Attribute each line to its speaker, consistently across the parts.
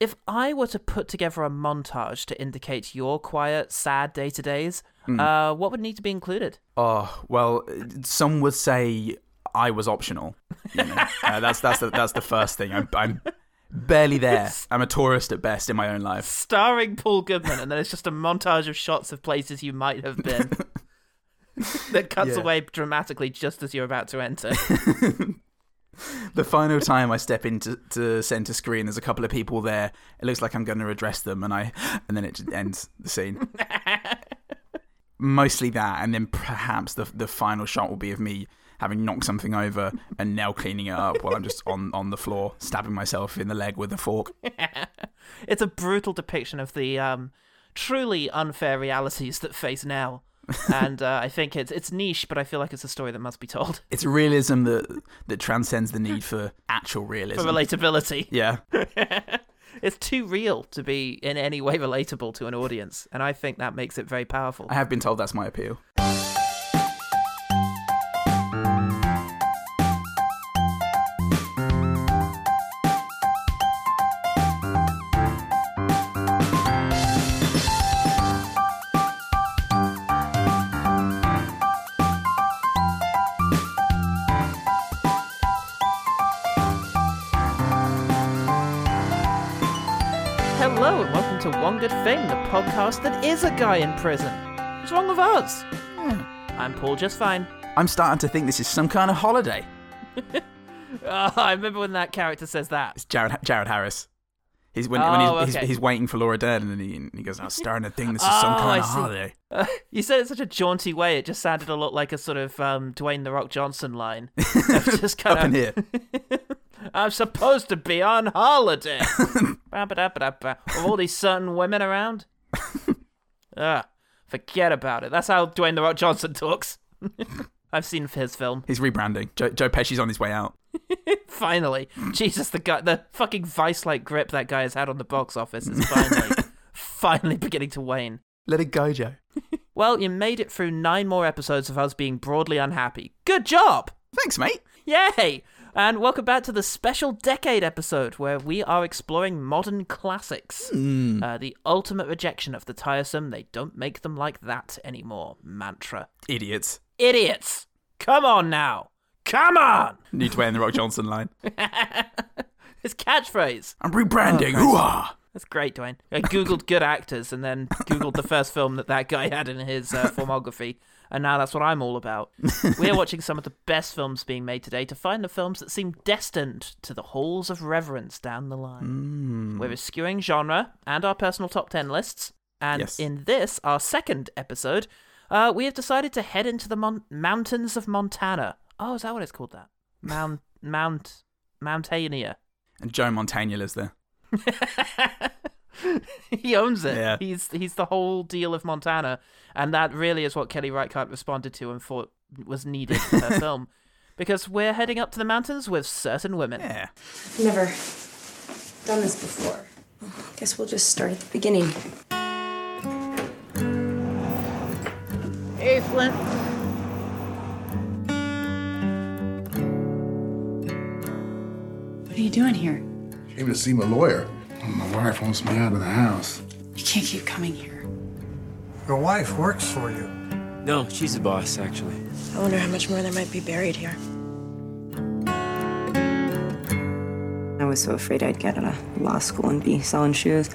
Speaker 1: if I were to put together a montage to indicate your quiet, sad day to days, uh, what would need to be included?
Speaker 2: Oh well, some would say I was optional. you know. Uh, that's that's the, that's the first thing. I'm, I'm barely there. I'm a tourist at best in my own life.
Speaker 1: Starring Paul Goodman, and then it's just a montage of shots of places you might have been. that cuts
Speaker 2: Yeah.
Speaker 1: away dramatically just as you're about to enter.
Speaker 2: The final time I step into to center screen, there's a couple of people there. It looks like I'm going to address them, and I and then it just ends the scene. Mostly that, and then perhaps the the final shot will be of me having knocked something over and now cleaning it up while I'm just on on the floor stabbing myself in the leg with a fork.
Speaker 1: it's a brutal depiction of the um, truly unfair realities that face now. and uh, I think it's it's niche, but I feel like it's a story that must be told
Speaker 2: It's realism that that transcends the need for actual
Speaker 1: for
Speaker 2: realism.
Speaker 1: relatability.
Speaker 2: yeah,
Speaker 1: It's too real to be in any way relatable to an audience, and I think that makes it very powerful.
Speaker 2: I have been told that's my appeal.
Speaker 1: Hello and welcome to One Good Thing, the podcast that is a guy in prison. What's wrong with us? I'm Paul just fine.
Speaker 2: Hmm. I'm starting to think this is some kind of holiday.
Speaker 1: Oh, I remember when that character says that.
Speaker 2: It's Jared Jared Harris. He's when, when he's,
Speaker 1: Oh,
Speaker 2: he's,
Speaker 1: okay.
Speaker 2: he's waiting for Laura Dern, and then he, and he goes, "I'm starting to think this is
Speaker 1: Oh,
Speaker 2: some kind
Speaker 1: I
Speaker 2: of
Speaker 1: see.
Speaker 2: holiday."
Speaker 1: You said it in such a jaunty way, it just sounded a lot like a sort of um, Dwayne the Rock Johnson line. It's just kind
Speaker 2: Up in here,
Speaker 1: I'm supposed to be on holiday. Ba-ba-da-ba-da-ba. With all these certain women around. Ugh, forget about it. That's how Dwayne the Rock Johnson talks. I've seen his film.
Speaker 2: he's rebranding. Joe, Joe Pesci's on his way out.
Speaker 1: Finally, Jesus, the guy, the fucking vice-like grip that guy has had on the box office is finally, finally beginning to wane.
Speaker 2: Let it go, Joe.
Speaker 1: Well, you made it through nine more episodes of us being broadly unhappy. Good job!
Speaker 2: Thanks, mate.
Speaker 1: Yay! And welcome back to the special decade episode where we are exploring modern classics. Uh, the ultimate rejection of the tiresome, they don't make them like that anymore mantra.
Speaker 2: Idiots.
Speaker 1: Idiots! Come on now! Come on!
Speaker 2: New Dwayne the Rock Johnson line.
Speaker 1: His catchphrase.
Speaker 2: I'm rebranding. Hooah!
Speaker 1: That's great, Dwayne. I googled good actors and then googled the first film that that guy had in his uh, filmography, and now that's what I'm all about. We're watching some of the best films being made today to find the films that seem destined to the halls of reverence down the line.
Speaker 2: Mm.
Speaker 1: We're eschewing genre and our personal top 10 lists, and
Speaker 2: Yes.
Speaker 1: in this, our second episode, uh, we have decided to head into the mon- mountains of Montana. Oh, is that what it's called? That Mount Mount Mountania.
Speaker 2: And Joe Montana lives there.
Speaker 1: he owns it.
Speaker 2: Yeah.
Speaker 1: He's he's the whole deal of Montana, and that really is what Kelly Reichardt responded to and thought was needed for her film, because we're heading up to the mountains with certain women.
Speaker 2: Yeah.
Speaker 3: Never done this before. Guess we'll just start at the beginning.
Speaker 1: Hey, Flint.
Speaker 4: What are you doing here?
Speaker 5: Came to see my lawyer. Oh, My wife wants me out of the house.
Speaker 4: You can't keep coming here.
Speaker 6: Your wife works for you.
Speaker 7: No, she's the boss, actually.
Speaker 3: I wonder how much more there might be buried here. I was so afraid I'd get out of law school and be selling shoes.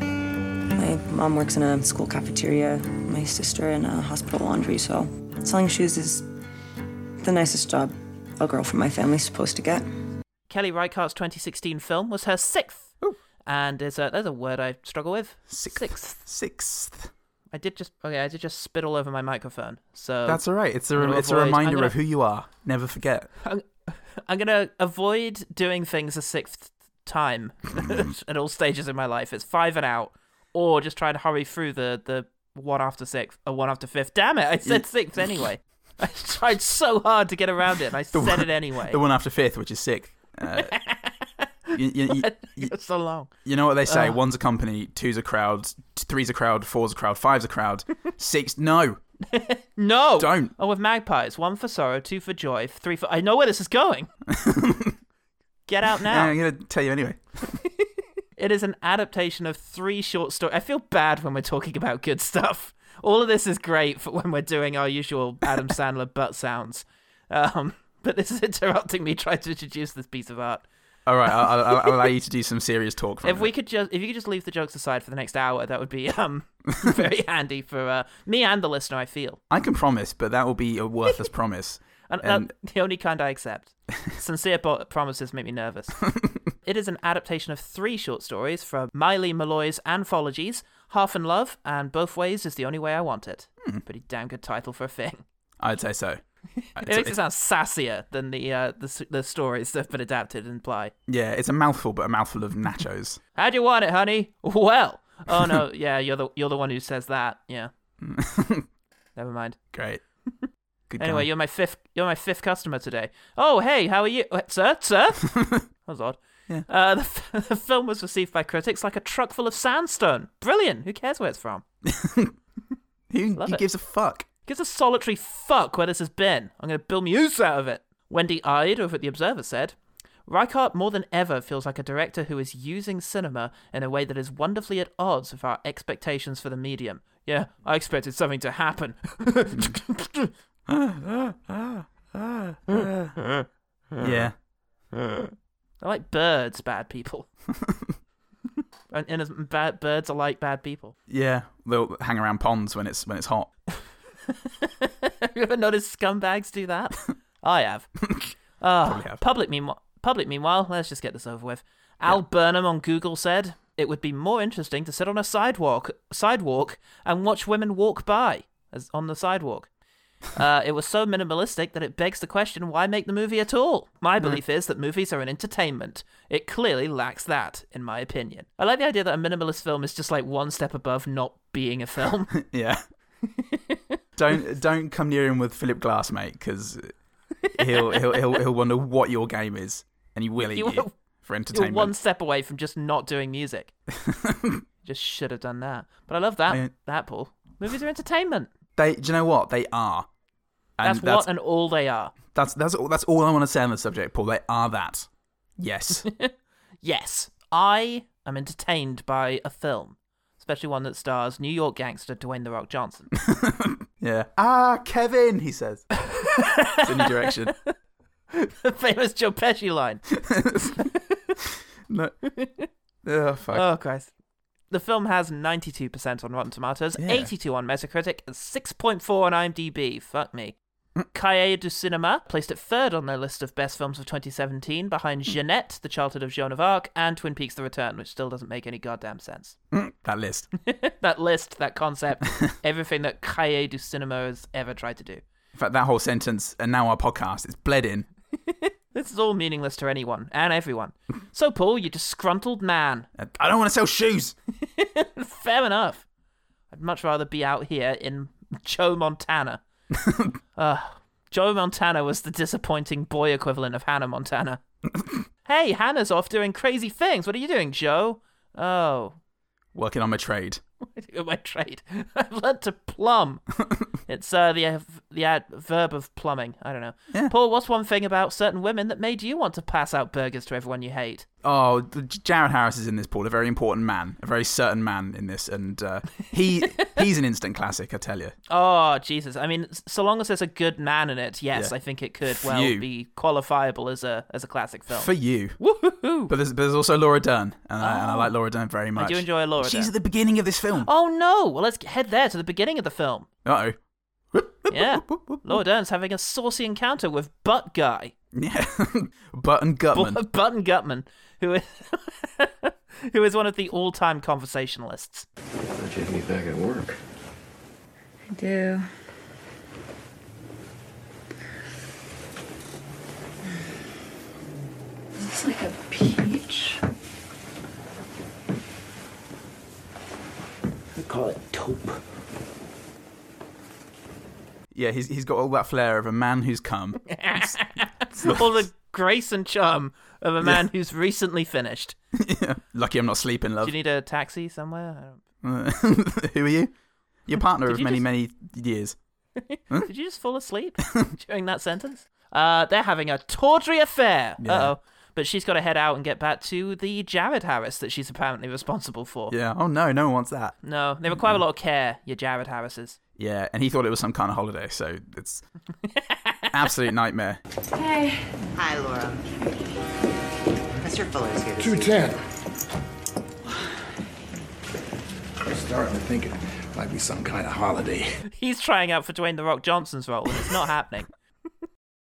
Speaker 3: My mom works in a school cafeteria, my sister in a hospital laundry, so selling shoes is the nicest job a girl from my family's supposed to get.
Speaker 1: Kelly Reichardt's 2016 film was her sixth, and it's a there's a word I struggle with.
Speaker 2: Sixth.
Speaker 1: Sixth.
Speaker 2: Sixth.
Speaker 1: I did just okay. I did just spit all over my microphone. So
Speaker 2: That's all right. It's a
Speaker 1: We'll
Speaker 2: it's a
Speaker 1: avoid- I'm
Speaker 2: reminder
Speaker 1: gonna-
Speaker 2: of who you are. Never forget.
Speaker 1: I'm gonna avoid doing things a sixth time
Speaker 2: Mm.
Speaker 1: at all stages in my life. It's five and out, or just try and hurry through the the one after sixth or one after fifth. Damn it! I said sixth anyway. I tried so hard to get around it, and I said
Speaker 2: one-
Speaker 1: it anyway.
Speaker 2: The one after fifth, which is sixth. Uh, you, you- you- you-
Speaker 1: It's so long.
Speaker 2: You know what they
Speaker 1: Uh-huh.
Speaker 2: say? One's a company, two's a crowd, t- three's a crowd, four's a crowd, five's a crowd, six. No,
Speaker 1: No,
Speaker 2: Don't.
Speaker 1: Oh, with magpies, one for sorrow, two for joy, three for. I know where this is going. get out now.
Speaker 2: I'm gonna tell you anyway.
Speaker 1: It is an adaptation of three short stories. I feel bad when we're talking about good stuff. All of this is great for when we're doing our usual Adam Sandler butt sounds. Um, but this is interrupting me trying to introduce this piece of art.
Speaker 2: All right, I'll, I'll, I'll allow you to do some serious talk. From
Speaker 1: If we could just, if you could just leave the jokes aside for the next hour, that would be um very handy for uh, me and the listener. I feel,
Speaker 2: I can promise, but that will be a worthless promise.
Speaker 1: and,
Speaker 2: And-
Speaker 1: that- the only kind I accept. Sincere bo- promises make me nervous. it is an adaptation of three short stories from Miley Malloy's anthologies, Half in Love and Both Ways is the Only Way I Want It.
Speaker 2: Hmm.
Speaker 1: Pretty damn good title for a thing.
Speaker 2: I'd say so.
Speaker 1: It
Speaker 2: It's-
Speaker 1: makes it sound sassier than the uh, the, s- the stories that have been adapted imply.
Speaker 2: Yeah, it's a mouthful, but a mouthful of nachos.
Speaker 1: How do you want it, honey? Well, oh no, yeah, you're the you're the one who says that. Yeah, never mind.
Speaker 2: Great. Good
Speaker 1: Anyway,
Speaker 2: guy.
Speaker 1: you're my fifth. You're my fifth customer today. Oh, hey, how are you, Uh, sir? Sir, that was odd. Uh, the, f- the film was received by critics like a truck full of sandstone. Brilliant. Who cares where it's from?
Speaker 2: who,
Speaker 1: love
Speaker 2: who
Speaker 1: it.
Speaker 2: gives a fuck?
Speaker 1: Gives a solitary fuck where this has been. I'm going to build muse out of it. Wendy Ide over at The Observer said, Reichardt more than ever feels like a director who is using cinema in a way that is wonderfully at odds with our expectations for the medium. Yeah, I expected something to happen.
Speaker 2: yeah,
Speaker 1: I like birds, bad people. and and as bad, birds are like bad people.
Speaker 2: yeah. They'll hang around ponds when it's when it's hot.
Speaker 1: have you ever noticed scumbags do that? I have. Uh,
Speaker 2: have.
Speaker 1: Public, meanwhile, public, meanwhile, let's just get this over with. Al Burnham on Google said it would be more interesting to sit on a sidewalk, sidewalk, and watch women walk by as on the sidewalk. Uh, it was so minimalistic that it begs the question: Why make the movie at all? My belief is that movies are an entertainment. It clearly lacks that, in my opinion. I like the idea that a minimalist film is just like one step above not being a film.
Speaker 2: Yeah. don't don't come near him with Philip Glass, mate, because he'll he'll he'll he'll wonder what your game is, and he will eat
Speaker 1: You
Speaker 2: you
Speaker 1: will-
Speaker 2: for
Speaker 1: You're
Speaker 2: entertainment.
Speaker 1: one step away from just not doing music. just should have done that. But I love that.
Speaker 2: I-
Speaker 1: that Paul. Movies are entertainment.
Speaker 2: They, do you know what they are? And
Speaker 1: That's, what and all they are.
Speaker 2: That's that's all, that's all I want to say on the subject, Paul. They are that. Yes.
Speaker 1: Yes, I am entertained by a film, especially one that stars New York gangster Dwayne the Rock Johnson.
Speaker 2: yeah. Ah, Kevin, he says. it's a new direction.
Speaker 1: the famous Joe Pesci line.
Speaker 2: No. Oh fuck.
Speaker 1: Oh Christ. The film has 92% on Rotten Tomatoes,
Speaker 2: Yeah.
Speaker 1: 82 on Metacritic, and 6.4 on IMDb. Fuck me. Cahiers du Cinema placed it third on their list of best films of 2017 behind Jeanette, The Childhood of Joan of Arc, and Twin Peaks The Return, which still doesn't make any goddamn sense.
Speaker 2: that list.
Speaker 1: that list, that concept, everything that Cahiers du Cinema has ever tried to do.
Speaker 2: In fact, that whole sentence and now our podcast is bled in.
Speaker 1: This is all meaningless to anyone and everyone. So, Paul, you disgruntled man.
Speaker 2: I don't want to sell shoes.
Speaker 1: Fair enough. I'd much rather be out here in Joe Montana. uh, Joe Montana was the disappointing boy equivalent of Hannah Montana. hey, Hannah's off doing crazy things. What are you doing, Joe? Oh,
Speaker 2: Working on my trade.
Speaker 1: my trade. I've learnt to plumb. it's uh, the the ad, verb of plumbing. I don't know.
Speaker 2: Yeah.
Speaker 1: Paul, what's one thing about certain women that made you want to pass out burgers to everyone you hate?
Speaker 2: Oh, the- J- Jared Harris is in this, Paul. A very important man, a very certain man in this, and uh, he he's an instant classic, I tell you.
Speaker 1: Oh Jesus! I mean, s- so long as there's a good man in it, yes,
Speaker 2: Yeah.
Speaker 1: I think it could
Speaker 2: For
Speaker 1: well
Speaker 2: you.
Speaker 1: be qualifiable as a as a classic film.
Speaker 2: For you,
Speaker 1: Woohoo!
Speaker 2: but there's, but there's also Laura Dern, and, I, and I like Laura Dern very much.
Speaker 1: do enjoy Laura
Speaker 2: She's
Speaker 1: Dern.
Speaker 2: at the beginning of this film.
Speaker 1: Oh no! Well, let's head there to the beginning of the film.
Speaker 2: Uh oh.
Speaker 1: Yeah, Laura Dern's having a saucy encounter with Butt Guy,
Speaker 2: Yeah. Button Gutman.
Speaker 1: Butt and Gutman, who is who is one of the all-time conversationalists.
Speaker 7: Thought you'd be back at work.
Speaker 4: I do. Is this like a peach?
Speaker 7: I call it taupe.
Speaker 2: Yeah, he's, he's got all that flair of a man who's come.
Speaker 1: All the grace and charm of a man who's recently finished.
Speaker 2: Lucky I'm not sleeping, love.
Speaker 1: Do you need a taxi somewhere? I don't-
Speaker 2: Who are you? Your partner
Speaker 1: Did
Speaker 2: of
Speaker 1: you
Speaker 2: many,
Speaker 1: just-
Speaker 2: many years.
Speaker 1: Did you just fall asleep during that sentence? Uh, they're having a tawdry affair. Uh oh. But she's got to head out and get back to the Jared Harris that she's apparently responsible for.
Speaker 2: Yeah. Oh no, no one wants that.
Speaker 1: No, they require a lot of care, your Jared Harrises.
Speaker 2: Yeah, and he thought it was some kind of holiday, so it's absolute nightmare.
Speaker 8: Hey. Hi, Laura. Mr. Fuller's here. to see you.
Speaker 5: 210. I'm starting to think it might be some kind of holiday.
Speaker 1: He's trying out for Dwayne The Rock Johnson's role, and it's not happening.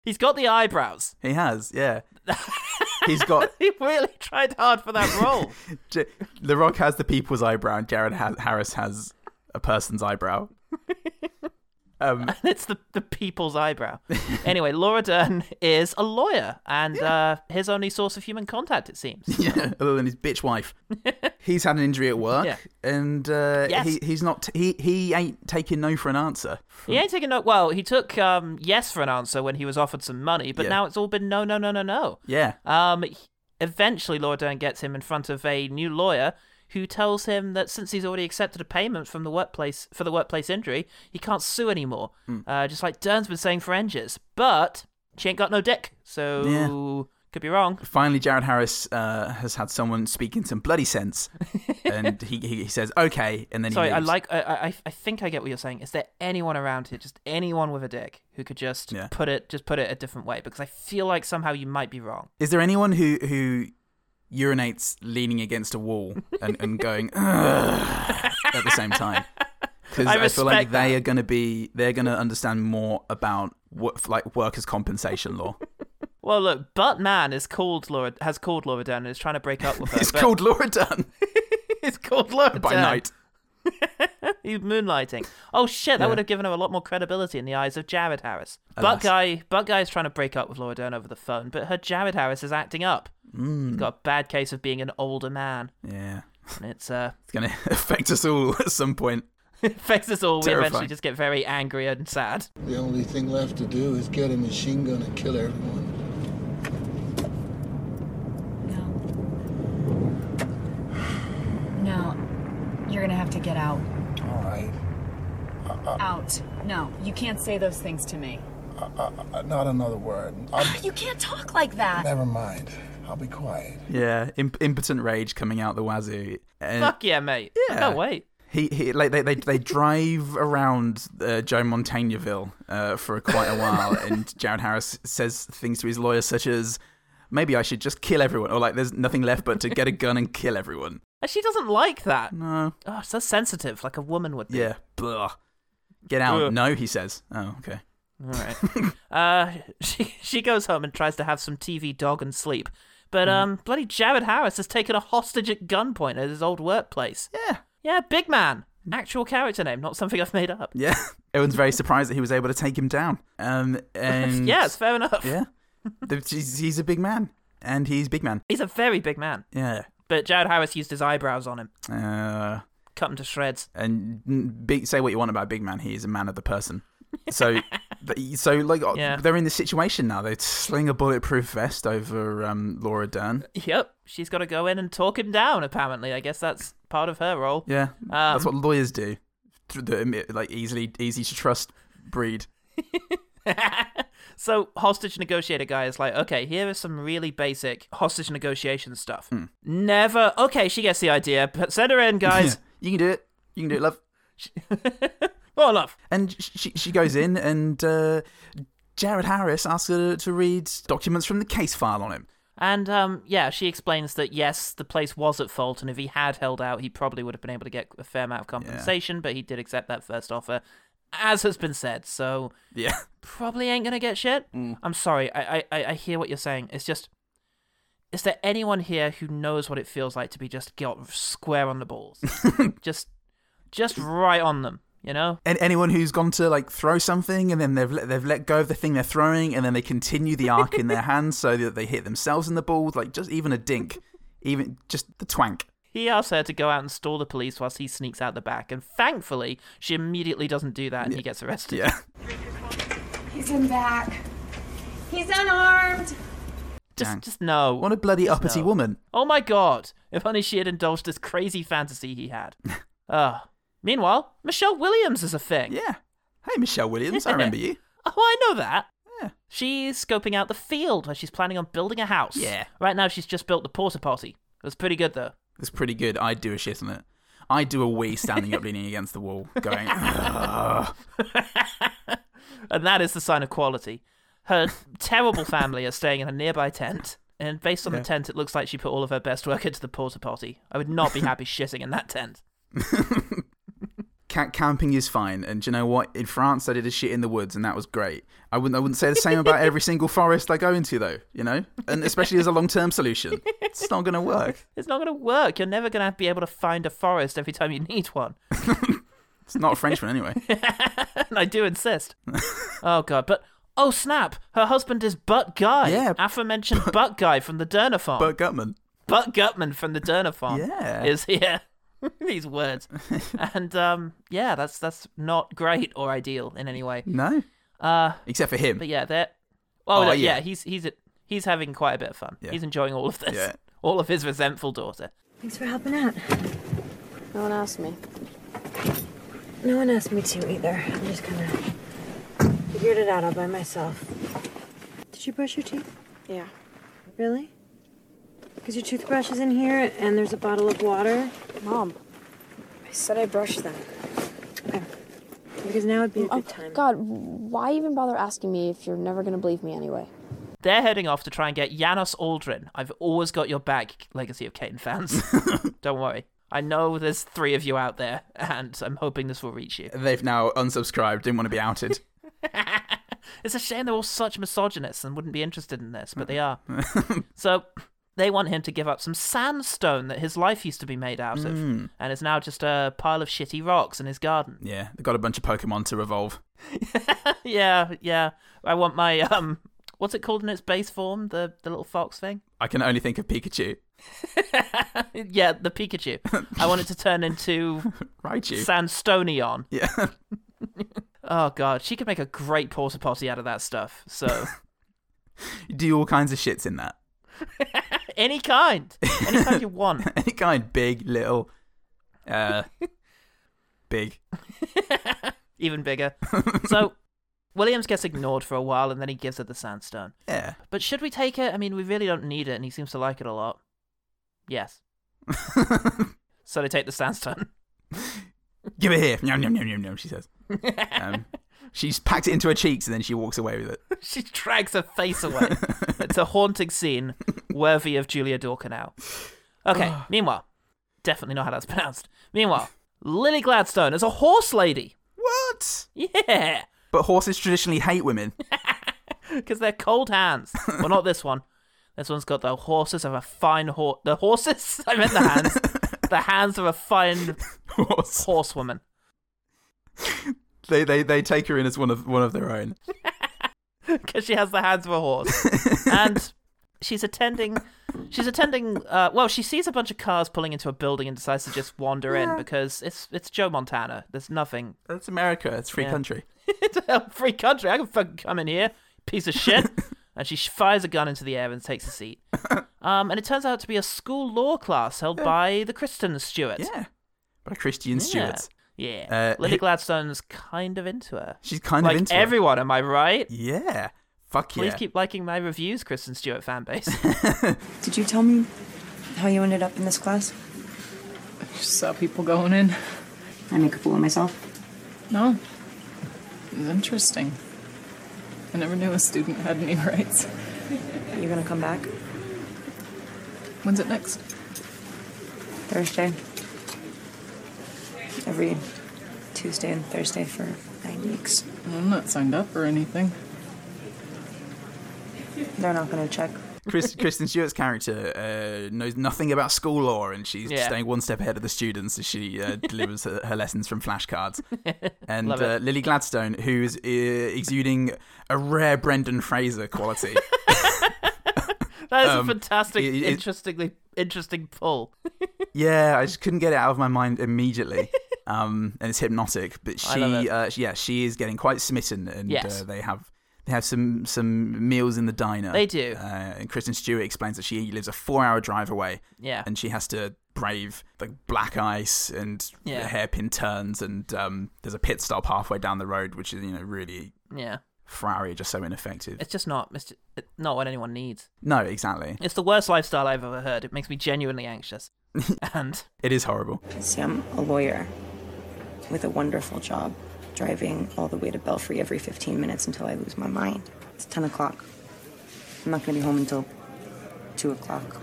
Speaker 1: He's got the eyebrows.
Speaker 2: He has, yeah. He's got
Speaker 1: He really tried hard for that role.
Speaker 2: J- The Rock has the people's eyebrow, and Jared ha- Harris has a person's eyebrow. Um,
Speaker 1: it's the, the people's eyebrow. Anyway, Laura Dern is a lawyer and uh, his only source of human contact, it seems.
Speaker 2: yeah, other than his bitch wife, he's had an injury at work,
Speaker 1: Yeah.
Speaker 2: and uh,
Speaker 1: Yes.
Speaker 2: he, he's not. he he ain't taking no for an answer.
Speaker 1: He ain't taking no. Well, he took um, yes for an answer when he was offered some money, but
Speaker 2: Yeah.
Speaker 1: now it's all been no, no, no, no, no.
Speaker 2: Yeah,
Speaker 1: Um, he- eventually, Laura Dern gets him in front of a new lawyer who tells him that since he's already accepted a payment from the workplace for the workplace injury, he can't sue anymore.
Speaker 2: Hmm.
Speaker 1: Uh, just like Dern's been saying for ages, but she ain't got no dick, so could be wrong.
Speaker 2: finally, Jared Harris uh, has had someone speaking some bloody sense, and he, he he says okay, and then
Speaker 1: Sorry,
Speaker 2: he
Speaker 1: I
Speaker 2: leaves.
Speaker 1: like. I, I I think I get what you're saying. Is there anyone around here, just anyone with a dick, who could just
Speaker 2: Yeah.
Speaker 1: put it just put it a different way? Because I feel like somehow you might be wrong.
Speaker 2: Is there anyone who who urinates leaning against a wall and, and going "Ugh," at the same time? Because
Speaker 1: I
Speaker 2: I, feel like
Speaker 1: respect
Speaker 2: they are going to be they're going to understand more about what like workers' compensation law.
Speaker 1: Well, look, Butt Man is called Laura has called Laura Dern and is trying to break up with her.
Speaker 2: It's
Speaker 1: but-
Speaker 2: called Laura Dunn
Speaker 1: it's called Laura
Speaker 2: by
Speaker 1: Dern.
Speaker 2: night.
Speaker 1: He's moonlighting. Oh shit, that
Speaker 2: Yeah.
Speaker 1: would have given her a lot more credibility in the eyes of Jared Harris.
Speaker 2: Alas.
Speaker 1: Butt guy, Butt guy is trying to break up with Laura Dern over the phone, but her Jared Harris is acting up.
Speaker 2: Hmm.
Speaker 1: He's got a bad case of being an older man,
Speaker 2: Yeah,
Speaker 1: and it's uh,
Speaker 2: it's going to affect us all at some point.
Speaker 1: affects us all. We eventually
Speaker 2: Terrifying.
Speaker 1: just get very angry and sad.
Speaker 9: The only thing left to do is get a machine gun and kill everyone.
Speaker 8: No. No. You're gonna have to get out.
Speaker 5: All right.
Speaker 8: Out. No, you can't say those things to me.
Speaker 5: Uh, Not another word. I'll,
Speaker 8: You can't talk like that.
Speaker 5: never mind. I'll be quiet.
Speaker 2: Yeah, Im- impotent rage coming out the wazoo. And
Speaker 1: Fuck yeah, mate. I
Speaker 2: Yeah.
Speaker 1: can't wait.
Speaker 2: He, he like they they, they drive around uh, Joe Montagneville uh, for quite a while, and Jared Harris says things to his lawyer such as, "Maybe I should just kill everyone," or like, "There's nothing left but to get a gun and kill everyone."
Speaker 1: And she doesn't like that.
Speaker 2: No,
Speaker 1: Oh, so sensitive, like a woman would be.
Speaker 2: yeah, Blah. get out.
Speaker 1: Ugh.
Speaker 2: No, he says. Oh, okay.
Speaker 1: All right. uh, she she goes home and tries to have some TV, dog, and sleep. But
Speaker 2: Hmm.
Speaker 1: um, bloody Jared Harris has taken a hostage at gunpoint at his old workplace.
Speaker 2: Yeah,
Speaker 1: Yeah, big man. Actual character name, not something I've made up.
Speaker 2: yeah. Everyone's very surprised that he was able to take him down. Um, and
Speaker 1: Yeah, it's fair enough.
Speaker 2: yeah, The- he's, he's a big man, and he's big man.
Speaker 1: He's a very big man.
Speaker 2: Yeah.
Speaker 1: But Jared Harris used his eyebrows on him,
Speaker 2: Uh,
Speaker 1: cut him to shreds.
Speaker 2: and n- big, say what you want about big man he is a man of the person so th- so like uh,
Speaker 1: Yeah.
Speaker 2: they're in this situation now they sling a bulletproof vest over um, laura dern
Speaker 1: Yep, she's got to go in and talk him down, apparently. I guess that's part of her role.
Speaker 2: yeah that's
Speaker 1: Um,
Speaker 2: what lawyers do Th- the- um, like easily easy to trust breed
Speaker 1: So hostage negotiator guy is like, okay, here is some really basic hostage negotiation stuff. Never. Okay, she gets the idea. But send her in, guys.
Speaker 2: you can do it you can do it love
Speaker 1: Oh, love.
Speaker 2: and sh- she, she goes in and uh, jared harris asks her to read documents from the case file on him
Speaker 1: And um, yeah, she explains that yes, the place was at fault, and if he had held out, he probably would have been able to get a fair amount of compensation. But he did accept that first offer, as has been said. So
Speaker 2: yeah
Speaker 1: probably ain't gonna get shit.
Speaker 2: Mm.
Speaker 1: I'm sorry. I, I- I I hear what you're saying. It's just, is there anyone here who knows what it feels like to be just got square on the balls, just just right on them? You know?
Speaker 2: and anyone who's gone to like throw something and then they've let, they've let go of the thing they're throwing and then they continue the arc in their hands so that they hit themselves in the balls like just even a dink even just the twank
Speaker 1: He asks her to go out and stall the police whilst he sneaks out the back, and thankfully she immediately doesn't do that, and he gets arrested.
Speaker 2: yeah
Speaker 8: He's in back. He's unarmed.
Speaker 1: Just,
Speaker 2: Dang.
Speaker 1: just no.
Speaker 2: what a bloody
Speaker 1: Just
Speaker 2: uppity
Speaker 1: no.
Speaker 2: woman
Speaker 1: Oh my god! If only she had indulged this crazy fantasy he had. Ugh. Meanwhile, Michelle Williams is a thing.
Speaker 2: yeah hey michelle williams i remember you
Speaker 1: Oh, I know that.
Speaker 2: Yeah.
Speaker 1: She's scoping out the field where she's planning on building a house.
Speaker 2: Yeah.
Speaker 1: Right now, she's just built the porta potty. It's pretty good though.
Speaker 2: It's pretty good. I'd do a shit on it. I'd do a wee standing up, leaning against the wall, going, "Ugh."
Speaker 1: and that is the sign of quality. Her terrible family are staying in a nearby tent, and based on the tent, it looks like she put all of her best work into the porta potty. I would not be happy shitting in that tent.
Speaker 2: Ca- camping is fine. And do you know what? In France, I did a shit in the woods, and that was great. I wouldn't, I wouldn't say the same about every single forest I go into, though, you know? And especially as a long term solution. It's not going to work.
Speaker 1: It's not going to work. You're never going to be able to find a forest every time you need one.
Speaker 2: It's not a Frenchman, anyway.
Speaker 1: And I do insist. oh god, but oh snap! Her husband is Butt Guy.
Speaker 2: Yeah.
Speaker 1: aforementioned Butt Guy from the Derner Farm.
Speaker 2: Bert Gutman.
Speaker 1: Butt Gutman from the Derner Farm.
Speaker 2: Yeah.
Speaker 1: is here. These words, and um, yeah, that's that's not great or ideal in any way.
Speaker 2: No. Uh, Except for him.
Speaker 1: But yeah, that. Oh,
Speaker 2: Oh,
Speaker 1: no, yeah.
Speaker 2: yeah.
Speaker 1: he's he's he's having quite a bit of fun.
Speaker 2: Yeah.
Speaker 1: He's enjoying all of this.
Speaker 2: Yeah.
Speaker 1: All of his resentful daughter.
Speaker 10: Thanks for helping out.
Speaker 11: No one asked me.
Speaker 10: No one asked me to either. I just kind of figured it out all by myself. Did you brush your teeth?
Speaker 11: Yeah.
Speaker 10: Really? Because your toothbrush is in here and there's a bottle of water.
Speaker 11: Mom, I said I brushed them.
Speaker 10: Because now would be a
Speaker 3: Oh,
Speaker 10: good time.
Speaker 11: Oh, God, why even bother asking me if you're never gonna believe me anyway?
Speaker 1: They're heading off to try and get Janos Aldrin. I've always got your back, Legacy of Cain fans. Don't worry. I know there's three of you out there, and I'm hoping this will reach you.
Speaker 2: They've now unsubscribed, didn't want to be outed.
Speaker 1: It's a shame they're all such misogynists and wouldn't be interested in this, but they are. so they want him to give up some sandstone that his life used to be made out of, and is now just a pile of shitty rocks in his garden.
Speaker 2: Yeah, they've got a bunch of Pokemon to revolve.
Speaker 1: Yeah, yeah. I want my um, what's it called in its base form? The the little fox thing.
Speaker 2: I can only think of Pikachu.
Speaker 1: Yeah, the Pikachu. I want it to turn into
Speaker 2: Raichu.
Speaker 1: Sandstonion.
Speaker 2: yeah.
Speaker 1: Oh god, she could make a great porta potty out of that stuff. So
Speaker 2: You do all kinds of shits in that.
Speaker 1: any kind, any kind you want.
Speaker 2: Any kind, big, little, uh, big.
Speaker 1: even bigger. so Williams gets ignored for a while and then he gives her the sandstone.
Speaker 2: Yeah.
Speaker 1: But should we take it? I mean, we really don't need it and he seems to like it a lot. Yes. So they take the sandstone.
Speaker 2: Give it here. Yum, yum, yum, yum, yum, she says. Um, she's packed it into her cheeks and then she walks away with it.
Speaker 1: she drags her face away. it's a haunting scene worthy of Julia Dorkanow. Okay, meanwhile, definitely know how that's pronounced. Meanwhile, Lily Gladstone is a horse lady.
Speaker 2: What?
Speaker 1: Yeah,
Speaker 2: But horses traditionally hate women.
Speaker 1: because they're cold hands. well, not this one. This one's got the horses of a fine horse. The horses? I meant the hands. the hands of a fine
Speaker 2: Horse.
Speaker 1: horsewoman.
Speaker 2: They, they they take her in as one of one of their own.
Speaker 1: because she has the hands of a horse, and she's attending. She's attending. Uh, well, she sees a bunch of cars pulling into a building and decides to just wander in because it's it's Joe Montana. There's nothing.
Speaker 2: That's America. It's free country.
Speaker 1: It's a free country. I can fucking come in here, piece of shit. and she fires a gun into the air and takes a seat. Um, and it turns out to be a school law class held by the Kristen Stewart.
Speaker 2: Yeah. By Christian Stewart.
Speaker 1: Yeah.
Speaker 2: Uh,
Speaker 1: Lily
Speaker 2: who-
Speaker 1: Gladstone's kind of into her.
Speaker 2: She's kind
Speaker 1: like
Speaker 2: of into it.
Speaker 1: everyone, am I right?
Speaker 2: Yeah. Fuck yeah.
Speaker 1: Please keep liking my reviews, Kristen Stewart fan base.
Speaker 3: Did you tell me how you ended up in this class?
Speaker 4: Just saw people going in.
Speaker 3: I make a fool of myself.
Speaker 4: No. It was interesting. I never knew a student had any rights.
Speaker 3: You're gonna come back
Speaker 4: When's it next?
Speaker 3: Thursday. Every Tuesday and Thursday for nine weeks.
Speaker 4: I'm not signed up or anything.
Speaker 3: They're not gonna check.
Speaker 2: Chris, Kristen Stewart's character uh, knows nothing about school law, and she's
Speaker 1: Yeah.
Speaker 2: staying one step ahead of the students as she uh, delivers her, her lessons from flashcards. And
Speaker 1: Love
Speaker 2: uh,
Speaker 1: it.
Speaker 2: Lily Gladstone, who is uh, exuding a rare Brendan Fraser quality.
Speaker 1: That is
Speaker 2: Um,
Speaker 1: a fantastic,
Speaker 2: it- it-
Speaker 1: interestingly interesting pull.
Speaker 2: yeah, I just couldn't get it out of my mind immediately. Um, and it's hypnotic, but
Speaker 1: I love
Speaker 2: she,
Speaker 1: it.
Speaker 2: uh, she- yeah, she is getting quite smitten, and
Speaker 1: Yes.
Speaker 2: uh, they have. They have some, some meals in the diner.
Speaker 1: They do.
Speaker 2: Uh, and Kristen Stewart explains that she lives a four hour drive away
Speaker 1: Yeah,
Speaker 2: and she has to brave like black ice and
Speaker 1: Yeah.
Speaker 2: hairpin turns and um, there's a pit stop halfway down the road which is you know really
Speaker 1: yeah.
Speaker 2: Ferrari are just so ineffective.
Speaker 1: It's just not it's just, it's not what anyone needs.
Speaker 2: No, exactly.
Speaker 1: It's the worst lifestyle I've ever heard. It makes me genuinely anxious. and
Speaker 2: It is horrible.
Speaker 3: See, I'm a lawyer with a wonderful job, driving all the way to Belfry every 15 minutes until I lose my mind. It's 10 o'clock. I'm not gonna be home until 2 o'clock.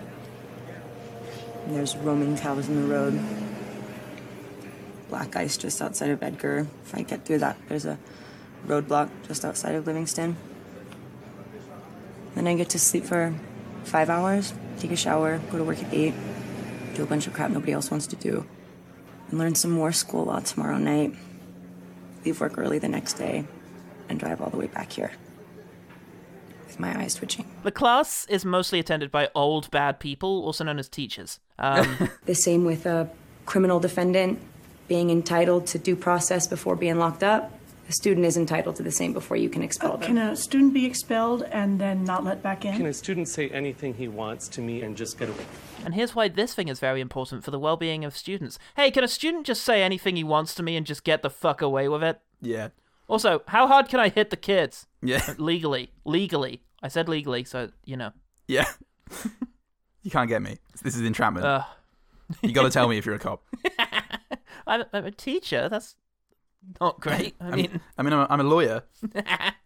Speaker 3: And There's roaming cows in the road. Black ice just outside of Edgar. If I get through that, there's a roadblock just outside of Livingston. Then I get to sleep for five hours, take a shower, go to work at 8, do a bunch of crap nobody else wants to do, and learn some more school law tomorrow night. Leave work early the next day, and drive all the way back here. With my eyes twitching.
Speaker 1: the class is mostly attended by old bad people, also known as teachers. Um,
Speaker 3: The same with a criminal defendant being entitled to due process before being locked up. A student is entitled to the same before you can expel them.
Speaker 12: Can a student be expelled and then not let back in?
Speaker 13: Can a student say anything he wants to me and just get away?
Speaker 1: and here's why this thing is very important for the well-being of students. Hey, can a student just say anything he wants to me and just get the fuck away with it?
Speaker 2: Yeah.
Speaker 1: Also, how hard can I hit the kids?
Speaker 2: Yeah.
Speaker 1: Legally. Legally. I said legally, so, you know.
Speaker 2: Yeah. you can't get me. This is entrapment.
Speaker 1: Ugh.
Speaker 2: you got to tell me if you're a cop.
Speaker 1: I'm, I'm a teacher. That's not great. I
Speaker 2: I'm-
Speaker 1: mean,
Speaker 2: I mean, I'm a, I'm a lawyer.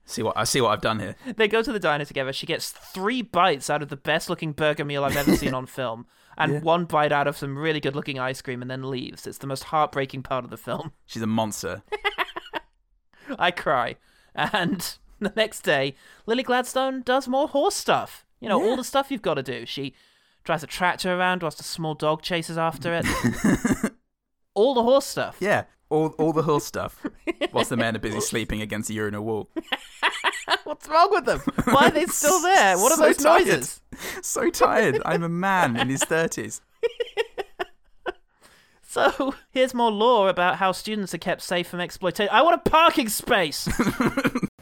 Speaker 2: see what I see what I've done here.
Speaker 1: they go to the diner together. She gets three bites out of the best looking burger meal I've ever seen on film, and
Speaker 2: Yeah.
Speaker 1: one bite out of some really good looking ice cream, and then leaves. It's the most heartbreaking part of the film.
Speaker 2: She's a monster.
Speaker 1: I cry. And the next day, Lily Gladstone does more horse stuff. You know, all the stuff you've got to do. She drives a tractor around whilst a small dog chases after it. all the horse stuff.
Speaker 2: Yeah. All all the horse stuff. Whilst the men are busy sleeping against a urinal wall.
Speaker 1: What's wrong with them? Why are they still there? What are
Speaker 2: So
Speaker 1: those
Speaker 2: tired.
Speaker 1: noises?
Speaker 2: So tired. I'm a man in his thirties.
Speaker 1: So here's more lore about how students are kept safe from exploitation. I want a parking space.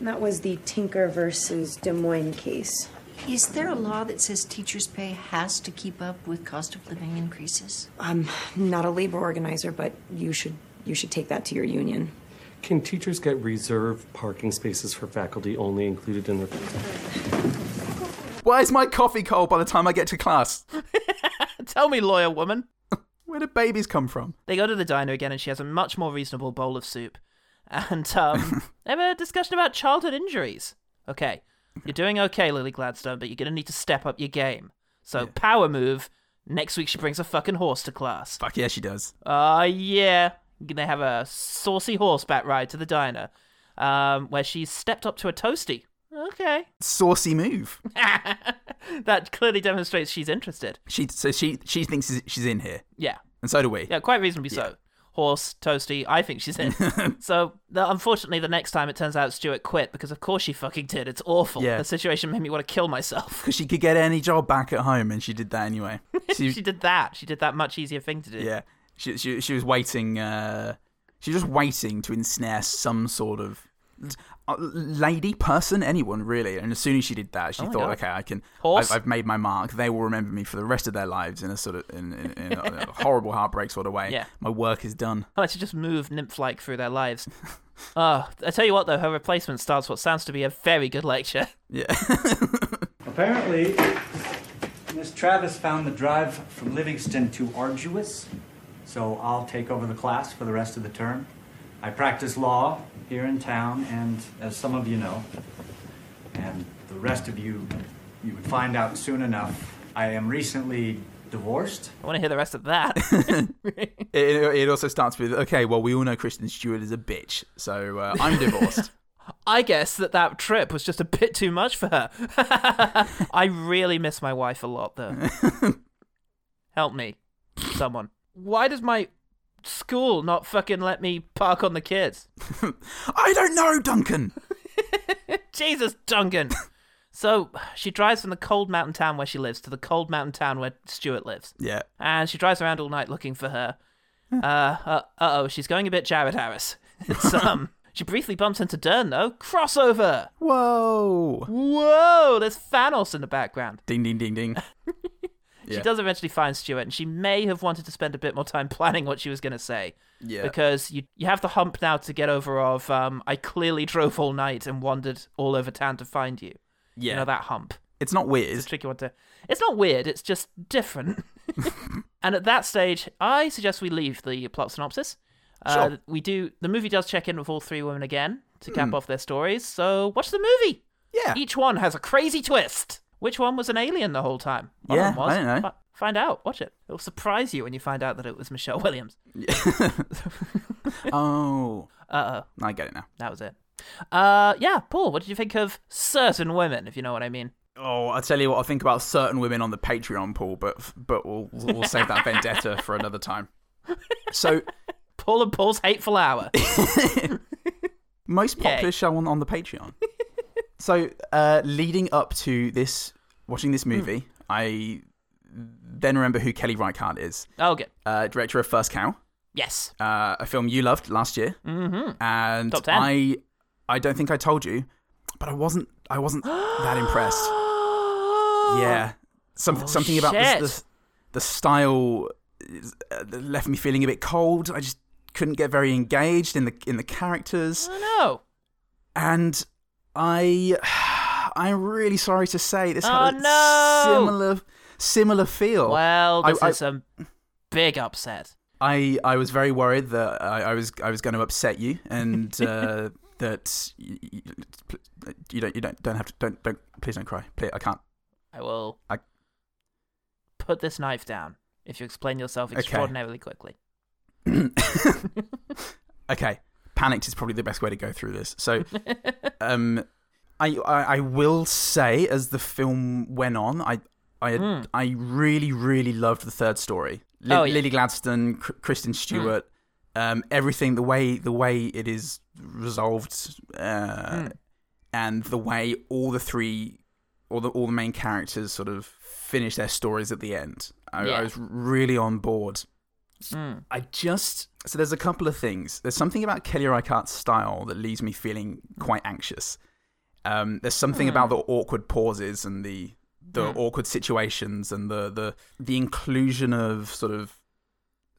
Speaker 10: That was the Tinker versus Des Moines case.
Speaker 8: Is there a law that says teachers' pay has to keep up with cost of living increases?
Speaker 3: I'm not a labor organizer, but you should you should take that to your union.
Speaker 13: Can teachers get reserved parking spaces for faculty only included in their?
Speaker 2: Why is my coffee cold by the time I get to class?
Speaker 1: Tell me, lawyer woman.
Speaker 2: Where do babies come from?
Speaker 1: They go to the diner again, and she has a much more reasonable bowl of soup. And um, they have a discussion about childhood injuries. Okay, you're doing okay, Lily Gladstone, but you're gonna need to step up your game. So power move. Next week she brings a fucking horse to class.
Speaker 2: Fuck yeah, she does.
Speaker 1: Uh, yeah. They have a saucy horseback ride to the diner, um, where she's stepped up to a toasty. Okay.
Speaker 2: Saucy move.
Speaker 1: that clearly demonstrates she's interested.
Speaker 2: She so she she thinks she's in here,
Speaker 1: Yeah.
Speaker 2: and so do we.
Speaker 1: Yeah, quite reasonably so. Horse, toasty, I think she's in. so, the, unfortunately, the next time it turns out Stuart quit because, of course, she fucking did. It's awful.
Speaker 2: Yeah.
Speaker 1: The situation made me want to kill myself.
Speaker 2: Because she could get any job back at home, and she did that anyway. She,
Speaker 1: she did that. She did that much easier thing to do.
Speaker 2: yeah, she, she she was waiting. Uh, she was just waiting to ensnare some sort of uh, lady, person, anyone really. And as soon as she did that, she
Speaker 1: Oh my
Speaker 2: thought,
Speaker 1: God.
Speaker 2: okay, I can.
Speaker 1: Horse?
Speaker 2: I've, I've made my mark. They will remember me for the rest of their lives in a sort of in, in, in a horrible heartbreak sort of way.
Speaker 1: Yeah.
Speaker 2: my work is done.
Speaker 1: I like to just move nymph-like through their lives. Uh, I tell you what, though, her replacement starts what sounds to be a very good lecture.
Speaker 2: Yeah.
Speaker 14: Apparently, Miss Travis found the drive from Livingston too arduous, so I'll take over the class for the rest of the term. I practice law here in town, and as some of you know, and the rest of you, you would find out soon enough, I am recently divorced.
Speaker 1: I want to hear the rest of that.
Speaker 2: It, it also starts with okay. Well, we all know Kristen Stewart is a bitch, so uh, I'm divorced.
Speaker 1: I guess that that trip was just a bit too much for her. I really miss my wife a lot, though. Help me, someone. Why does my school not fucking let me park on the kids?
Speaker 2: I don't know, Duncan.
Speaker 1: Jesus, Duncan. so she drives from the cold mountain town where she lives to the cold mountain town where Stuart lives.
Speaker 2: Yeah.
Speaker 1: and she drives around all night looking for her. Uh, uh oh, she's going a bit Jared Harris. It's, um, she briefly bumps into Dern though. Crossover.
Speaker 2: Whoa.
Speaker 1: Whoa. There's Thanos in the background.
Speaker 2: Ding ding ding ding.
Speaker 1: She
Speaker 2: Yeah.
Speaker 1: does eventually find Stuart, and she may have wanted to spend a bit more time planning what she was going to say.
Speaker 2: Yeah.
Speaker 1: Because you you have the hump now to get over of um, I clearly drove all night and wandered all over town to find you.
Speaker 2: Yeah.
Speaker 1: You know that hump.
Speaker 2: It's not weird.
Speaker 1: It's a tricky one to. It's not weird. It's just different. and at that stage, I suggest we leave the plot synopsis. Uh,
Speaker 2: Sure.
Speaker 1: we do. The movie does check in with all three women again to cap
Speaker 2: Hmm.
Speaker 1: off their stories. So watch the movie.
Speaker 2: Yeah.
Speaker 1: Each one has a crazy twist. Which one was an alien the whole time? One of
Speaker 2: Yeah,
Speaker 1: them was.
Speaker 2: I don't know.
Speaker 1: Fi- Find out. Watch it. It'll surprise you when you find out that it was Michelle Williams.
Speaker 2: oh.
Speaker 1: Uh oh.
Speaker 2: I get it now.
Speaker 1: That was it. Uh, yeah, Paul. What did you think of certain women? If you know what I mean.
Speaker 2: Oh, I'll tell you what I think about certain women on the Patreon, Paul, but but we'll we'll save that vendetta for another time. So,
Speaker 1: Paul and Paul's hateful hour.
Speaker 2: most popular
Speaker 1: Yay.
Speaker 2: show on, on the Patreon. so, uh, leading up to this, watching
Speaker 1: Hmm.
Speaker 2: this movie, I then remember who Kelly Reichardt is.
Speaker 1: Okay.
Speaker 2: Uh, director of First Cow,
Speaker 1: Oh, Yes.
Speaker 2: uh, a film you loved last year,
Speaker 1: Mm-hmm.
Speaker 2: and
Speaker 1: Top 10.
Speaker 2: I I don't think I told you, but I wasn't I wasn't that impressed. Yeah, Some,
Speaker 1: Oh,
Speaker 2: something about
Speaker 1: shit.
Speaker 2: the, the the style is- uh, left me feeling a bit cold. I just couldn't get very engaged in the in the characters,
Speaker 1: No.
Speaker 2: and I I'm really sorry to say this had
Speaker 1: Oh,
Speaker 2: a
Speaker 1: no.
Speaker 2: similar similar feel.
Speaker 1: Well,
Speaker 2: I-
Speaker 1: this
Speaker 2: I-
Speaker 1: is a big upset.
Speaker 2: I, I was very worried that I, I was I was going to upset you and uh, that you, you don't you don't don't have to don't don't please don't cry please I can't
Speaker 1: I will
Speaker 2: I-
Speaker 1: put this knife down if you explain yourself
Speaker 2: Okay.
Speaker 1: extraordinarily quickly.
Speaker 2: okay panicked is probably the best way to go through this so um I I, I will say as the film went on I I
Speaker 1: Mm.
Speaker 2: I really really loved the third story Li-
Speaker 1: Oh, yeah. Hmm.
Speaker 2: Lily Gladstone Kr- Kristen Stewart um everything the way the way it is resolved uh,
Speaker 1: Mm.
Speaker 2: and the way all the three all the all the main characters sort of finish their stories at the end I,
Speaker 1: Yeah.
Speaker 2: I was really on board
Speaker 1: Mm.
Speaker 2: I just so there's a couple of things. There's something about Kelly Reichardt's style that leaves me feeling quite anxious. Um, there's something
Speaker 1: Hmm.
Speaker 2: about the awkward pauses and the the
Speaker 1: Hmm.
Speaker 2: awkward situations and the the the inclusion of sort of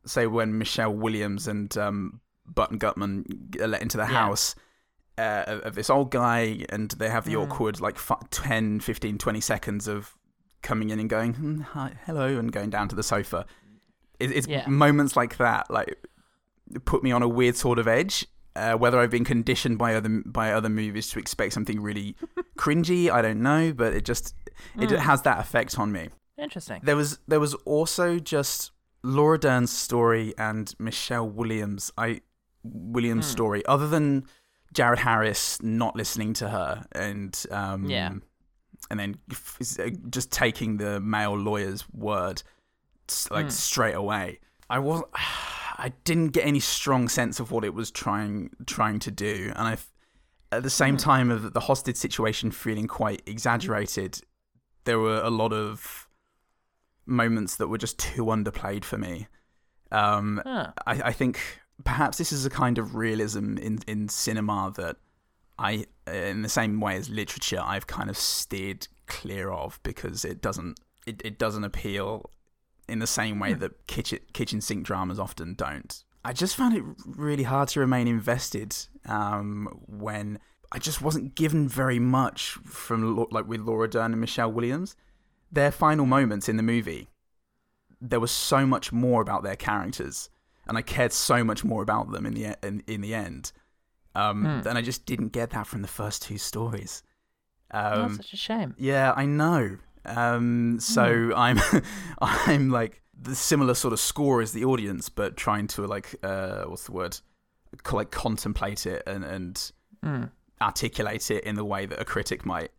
Speaker 2: say when Michelle Williams and um, Button Gutman are let into the
Speaker 1: Yeah.
Speaker 2: house. Uh, of- of this old guy and they have the
Speaker 1: Hmm.
Speaker 2: awkward like f- 10 15 20 seconds of coming in and going "Hmm, hi, hello and going down to the sofa it, it's
Speaker 1: Yeah.
Speaker 2: moments like that like put me on a weird sort of edge uh, whether I've been conditioned by other by other movies to expect something really cringy, I don't know, but it just it
Speaker 1: Mm.
Speaker 2: has that effect on me.
Speaker 1: Interesting.
Speaker 2: There was there was also just Laura Dern's story and Michelle Williams. I Williams'
Speaker 1: Mm.
Speaker 2: story. Other than Jared Harris not listening to her and um,
Speaker 1: Yeah.
Speaker 2: and then f- is, uh, just taking the male lawyer's word s- like
Speaker 1: Mm.
Speaker 2: straight away. I was I didn't get any strong sense of what it was trying trying to do, and I f- at the same time of the hostage situation feeling quite exaggerated. There were a lot of moments that were just too underplayed for me. Um,
Speaker 1: Huh.
Speaker 2: I, I think perhaps this is a kind of realism in, in cinema that I, in the same way as literature, I've kind of steered clear of because it doesn't it, it doesn't appeal in the same way
Speaker 1: Hmm.
Speaker 2: that kitchen kitchen sink dramas often don't. I just found it really hard to remain invested um, when I just wasn't given very much from Lau- like with Laura Dern and Michelle Williams. Their final moments in the movie, there was so much more about their characters, and I cared so much more about them in the e- in, in the end. Um,
Speaker 1: Hmm.
Speaker 2: And I just didn't get that from the first two stories. Um,
Speaker 1: That's such a shame.
Speaker 2: yeah, I know. Um, so I'm, I'm like the similar sort of score as the audience, but trying to like, uh, what's the word? Co- Like contemplate it and and
Speaker 1: Mm.
Speaker 2: articulate it in the way that a critic might.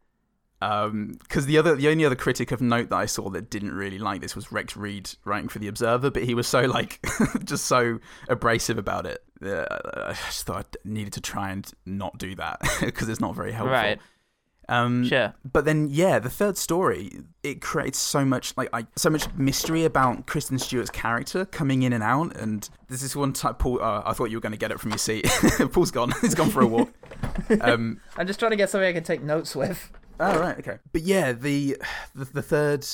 Speaker 2: Because the other, the only other critic of note that I saw that didn't really like this was Rex Reed writing for the Observer, but he was so like, just so abrasive about it. Uh, I just thought I needed to try and not do that because it's not very helpful.
Speaker 1: Right.
Speaker 2: Um,
Speaker 1: Sure.
Speaker 2: But then, yeah, the third story it creates so much like I, so much mystery about Kristen Stewart's character coming in and out. And there's this one type. Paul, oh, I thought you were going to get it from your seat. Paul's gone. He's gone for a walk. Um,
Speaker 1: I'm just trying to get something I can take notes with.
Speaker 2: Oh right, okay. But yeah, the the, the third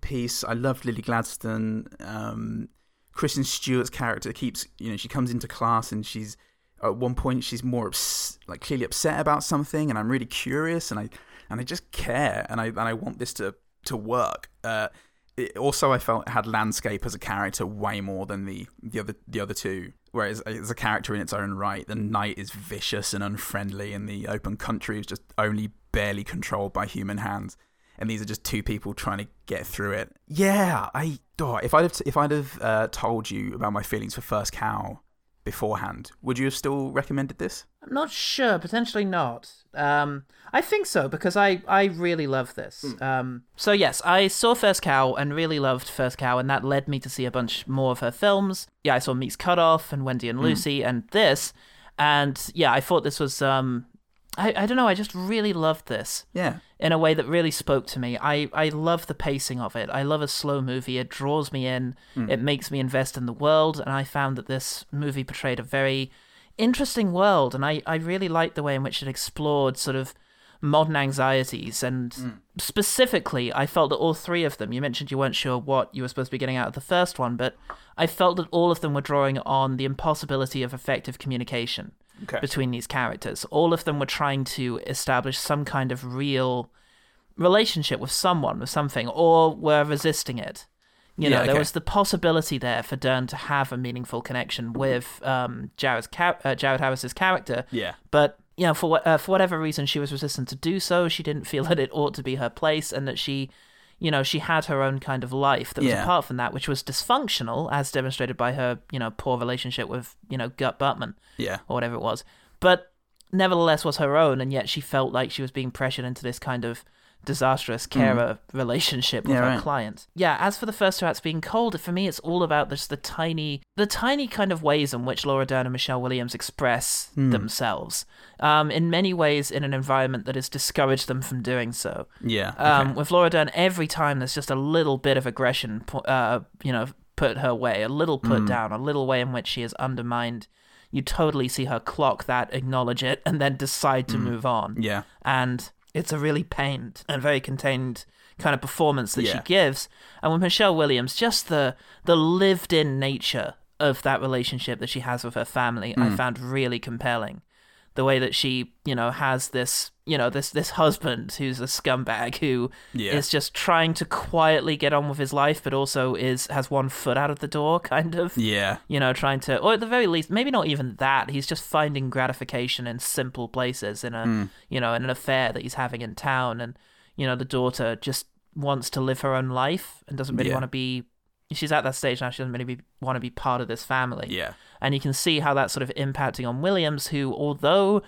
Speaker 2: piece. I love Lily Gladstone. Um, Kristen Stewart's character keeps you know she comes into class and she's at one point she's more ups- like clearly upset about something, and I'm really curious and I and I just care and I and I want this to to work. Uh, it, also, I felt had landscape as a character way more than the the other the other two. Whereas as a character in its own right, the night is vicious and unfriendly, and the open country is just only barely controlled by human hands. And these are just two people trying to get through it. Yeah, I oh, if I'd have t- if I'd have uh, told you about my feelings for First Cow beforehand, would you have still recommended this?
Speaker 1: I'm not sure. Potentially not. Um, I think so because I I really love this. Um, so yes, I saw First Cow and really loved First Cow, and that led me to see a bunch more of her films. Yeah, I saw Meat's Cut Off and Wendy and
Speaker 2: Hmm.
Speaker 15: Mm.
Speaker 1: Lucy and this, and yeah, I thought this was um, I I don't know. I just really loved this.
Speaker 2: Yeah.
Speaker 1: in a way that really spoke to me. I, I love the pacing of it. I love a slow movie. It draws me in.
Speaker 15: Mm.
Speaker 1: It makes me invest in the world. And I found that this movie portrayed a very interesting world. And I, I really liked the way in which it explored sort of modern anxieties. And
Speaker 15: Mm.
Speaker 1: specifically, I felt that all three of them, you mentioned you weren't sure what you were supposed to be getting out of the first one, but I felt that all of them were drawing on the impossibility of effective communication
Speaker 15: Okay.
Speaker 1: between these characters. All of them were trying to establish some kind of real relationship with someone, with something, or were resisting it. You know,
Speaker 15: Yeah,
Speaker 1: there
Speaker 15: okay.
Speaker 1: was the possibility there for Dern to have a meaningful connection with um, Jared's ca- uh, Jared Harris's character.
Speaker 15: Yeah.
Speaker 1: But you know, for what uh, for whatever reason, she was resistant to do so. She didn't feel that it ought to be her place, and that she, you know, she had her own kind of life that was
Speaker 15: Yeah.
Speaker 1: apart from that, which was dysfunctional, as demonstrated by her, you know, poor relationship with you know Gert Butman
Speaker 2: Yeah.
Speaker 1: or whatever it was. But nevertheless was her own, and yet she felt like she was being pressured into this kind of disastrous carer relationship with
Speaker 15: Hmm. Yeah,
Speaker 1: her
Speaker 15: right.
Speaker 1: client. Yeah, as for the first two acts being cold, for me it's all about just the tiny the tiny kind of ways in which Laura Dern and Michelle Williams express
Speaker 15: Hmm.
Speaker 1: themselves. Um, in many ways in an environment that has discouraged them from doing so.
Speaker 2: Yeah,
Speaker 1: Um,
Speaker 2: okay.
Speaker 1: With Laura Dern, every time there's just a little bit of aggression, pu- uh, you know, put her way, a little put
Speaker 15: Mm.
Speaker 1: down, a little way in which she is undermined. You totally see her clock that, acknowledge it, and then decide to
Speaker 15: Mm.
Speaker 1: move on.
Speaker 2: Yeah.
Speaker 1: And it's a really pained and very contained kind of performance that she
Speaker 15: Yeah.
Speaker 1: gives. And with Michelle Williams, just the the lived in nature of that relationship that she has with her family, I
Speaker 15: Mm.
Speaker 1: found really compelling. The way that she, you know, has this, you know, this this husband who's a scumbag who is
Speaker 15: Yeah.
Speaker 1: just trying to quietly get on with his life, but also is has one foot out of the door, kind of.
Speaker 2: Yeah.
Speaker 1: You know, trying to, or at the very least, maybe not even that. He's just finding gratification in simple places, in a,
Speaker 15: Mm.
Speaker 1: you know, in an affair that he's having in town. And, you know, the daughter just wants to live her own life and doesn't really
Speaker 15: Yeah.
Speaker 1: want to be, she's at that stage now, she doesn't really be, want to be part of this family.
Speaker 15: Yeah.
Speaker 1: And you can see how that's sort of impacting on Williams, who, although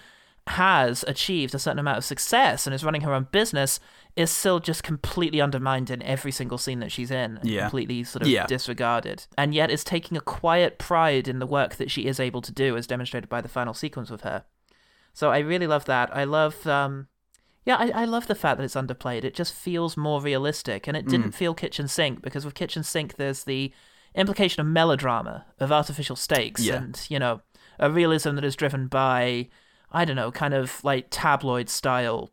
Speaker 1: has achieved a certain amount of success and is running her own business, is still just completely undermined in every single scene that she's in and
Speaker 15: Yeah.
Speaker 1: completely sort of
Speaker 15: Yeah.
Speaker 1: disregarded. And yet is taking a quiet pride in the work that she is able to do, as demonstrated by the final sequence with her. So I really love that. I love. Um, yeah, I, I love the fact that it's underplayed. It just feels more realistic, and it didn't
Speaker 15: Mm.
Speaker 1: feel kitchen sink because with kitchen sink, there's the implication of melodrama, of artificial stakes,
Speaker 15: Yeah.
Speaker 1: and you know, a realism that is driven by, I don't know, kind of like tabloid style,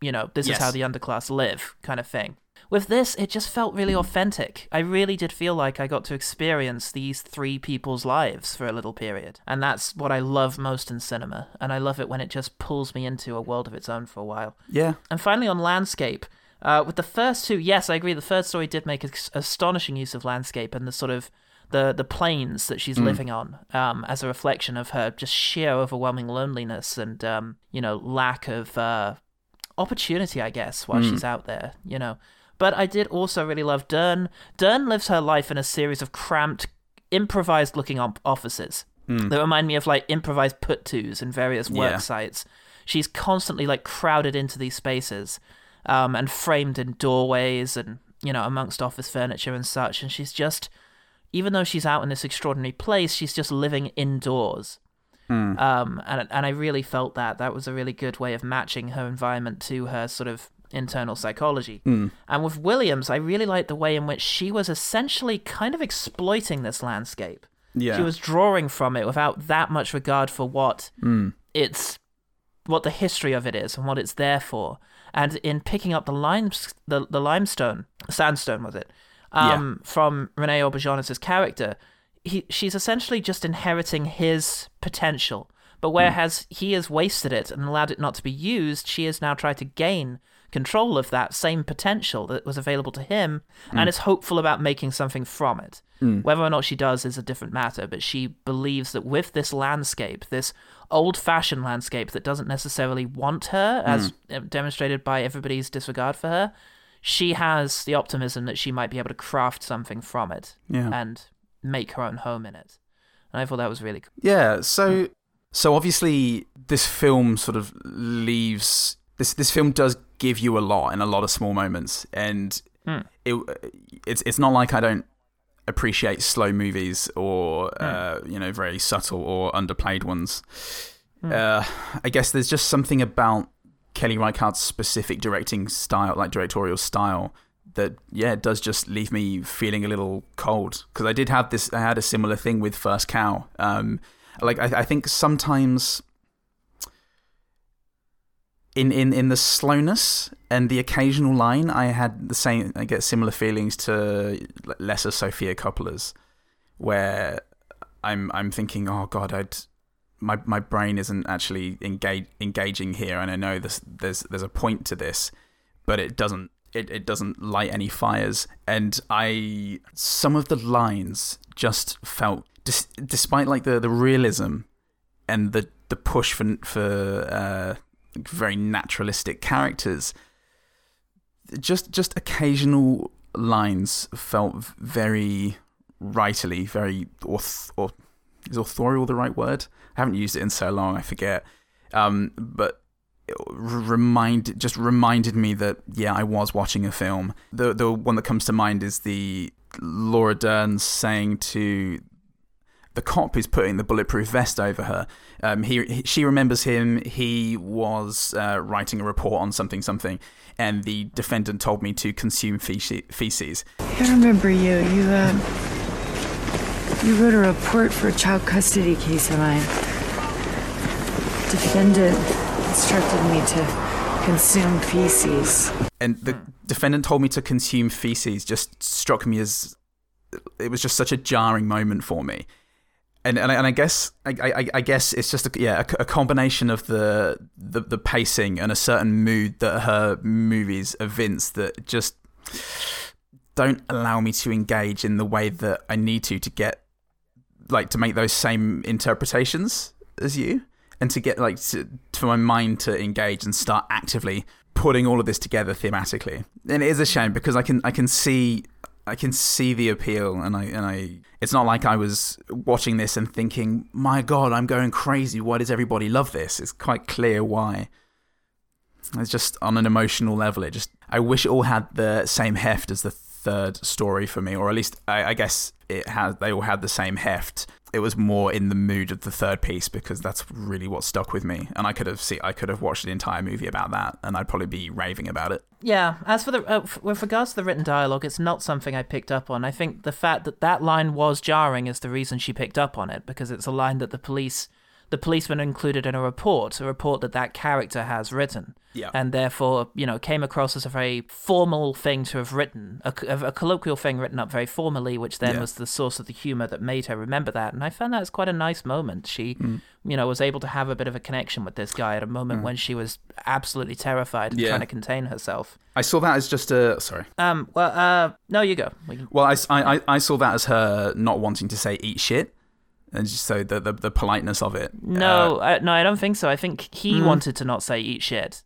Speaker 1: you know, this
Speaker 15: Yes.
Speaker 1: is how the underclass live kind of thing. With this, it just felt really authentic. I really did feel like I got to experience these three people's lives for a little period. And that's what I love most in cinema. And I love it when it just pulls me into a world of its own for a while.
Speaker 2: Yeah.
Speaker 1: And finally, on landscape, uh, with the first two, yes, I agree. The third story did make ex- astonishing use of landscape and the sort of the the planes that she's
Speaker 15: Mm.
Speaker 1: living on um, as a reflection of her just sheer overwhelming loneliness and um, you know lack of uh, opportunity, I guess, while
Speaker 15: Mm.
Speaker 1: she's out there. You know, but I did also really love Dern. Dern lives her life in a series of cramped, improvised looking op- offices
Speaker 15: Mm.
Speaker 1: that remind me of like improvised put tos in various work
Speaker 15: Yeah.
Speaker 1: sites. She's constantly like crowded into these spaces um, and framed in doorways and, you know, amongst office furniture and such. And she's just, even though she's out in this extraordinary place, she's just living indoors.
Speaker 15: Mm.
Speaker 1: Um, and, and I really felt that. That was a really good way of matching her environment to her sort of internal psychology.
Speaker 15: Mm.
Speaker 1: And with Williams, I really liked the way in which she was essentially kind of exploiting this landscape.
Speaker 15: Yeah.
Speaker 1: She was drawing from it without that much regard for what
Speaker 15: Mm.
Speaker 1: its what the history of it is and what it's there for. And in picking up the limes, the, the limestone, sandstone was it, um, from Renee Auberjonis's character, he, she's essentially just inheriting his potential. But whereas he has wasted it and allowed it not to be used, she has now tried to gain control of that same potential that was available to him
Speaker 15: Mm.
Speaker 1: and is hopeful about making something from it.
Speaker 15: Mm.
Speaker 1: Whether or not she does is a different matter, but she believes that with this landscape, this old fashioned landscape that doesn't necessarily want her, as demonstrated by everybody's disregard for her, she has the optimism that she might be able to craft something from it
Speaker 2: Yeah.
Speaker 1: and make her own home in it. And I thought that was really cool.
Speaker 2: Yeah, so so obviously this film sort of leaves this this film does give you a lot in a lot of small moments and
Speaker 1: Hmm.
Speaker 2: it it's it's not like I don't appreciate slow movies or uh, you know very subtle or underplayed ones.
Speaker 1: Hmm.
Speaker 2: Uh, I guess there's just something about Kelly Reichardt's specific directing style, like directorial style, that yeah it does just leave me feeling a little cold because I did have this. I had a similar thing with First Cow. Um, like I, I think sometimes in, in in the slowness and the occasional line, I had the same. I get similar feelings to l- lesser Sophia Coppola's, where I'm I'm thinking, oh god, I'd my my brain isn't actually engage, engaging here, and I know this there's there's a point to this, but it doesn't it, it doesn't light any fires, and I some of the lines just felt dis, despite like the the realism and the the push for for uh, very naturalistic characters. Just just occasional lines felt v- very writerly, very auth- or is authorial the right word? I haven't used it in so long, I forget. Um, but it r- remind just reminded me that yeah, I was watching a film. The the one that comes to mind is the Laura Dern saying to the cop who's putting the bulletproof vest over her. Um, he, he- she remembers him. He was uh, writing a report on something something, and the defendant told me to consume fece- feces.
Speaker 16: I remember you. You, uh, you wrote a report for a child custody case of mine. Defendant instructed me to consume feces.
Speaker 2: And the defendant told me to consume feces. Just struck me as it was just such a jarring moment for me. And and I, and I guess I, I, I guess it's just a, yeah a, c- a combination of the, the the pacing and a certain mood that her movies evince that just don't allow me to engage in the way that I need to to get like to make those same interpretations as you and to get like to, for my mind to engage and start actively putting all of this together thematically and it is a shame because i can i can see i can see the appeal and i and i it's not like i was watching this and thinking my god i'm going crazy why does everybody love this it's quite clear why it's just on an emotional level. It just I wish it all had the same heft as the third story for me, or at least I, I guess it had. They all had the same heft. It was more in the mood of the third piece because that's really what stuck with me, and I could have see I could have watched the entire movie about that, and I'd probably be raving about it.
Speaker 1: Yeah, as for the uh, f- with regards to the written dialogue, it's not something I picked up on. I think the fact that that line was jarring is the reason she picked up on it because it's a line that the police the policeman included in a report, a report that that character has written.
Speaker 15: Yeah.
Speaker 1: And therefore, you know, came across as a very formal thing to have written, a, co- a colloquial thing written up very formally, which then
Speaker 15: Yeah.
Speaker 1: was the source of the humor that made her remember that. And I found that was quite a nice moment. She,
Speaker 15: Mm.
Speaker 1: you know, was able to have a bit of a connection with this guy at a moment
Speaker 2: Mm.
Speaker 1: when she was absolutely terrified and
Speaker 2: Yeah.
Speaker 1: trying to contain herself.
Speaker 2: I saw that as just a sorry.
Speaker 1: Um. Well. Uh. No, you go. We can-
Speaker 2: Well, I, s- I- I- I saw that as her not wanting to say eat shit, and just so the the, the politeness of it.
Speaker 1: No. I, no, I don't think so. I think he
Speaker 2: Uh, Mm.
Speaker 1: wanted to not say eat shit.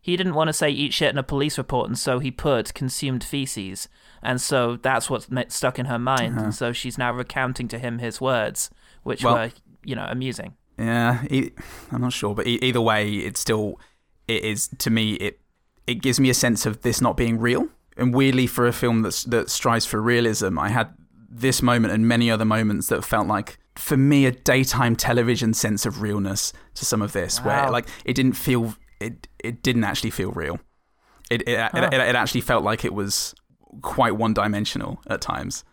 Speaker 1: He didn't want to say eat shit in a police report, and so he put consumed feces, and so that's what's me- stuck in her mind,
Speaker 2: Uh-huh.
Speaker 1: and so she's now recounting to him his words, which
Speaker 2: Well-
Speaker 1: were you know amusing.
Speaker 2: Yeah, e- I'm not sure, but e- either way, it's still it is to me it it gives me a sense of this not being real. And weirdly, for a film that's that strives for realism, I had this moment and many other moments that felt like for me a daytime television sense of realness to some of this, where
Speaker 15: Wow.
Speaker 2: like it didn't feel it it didn't actually feel real. It it,
Speaker 15: Huh.
Speaker 2: it, it actually felt like it was quite one dimensional at times.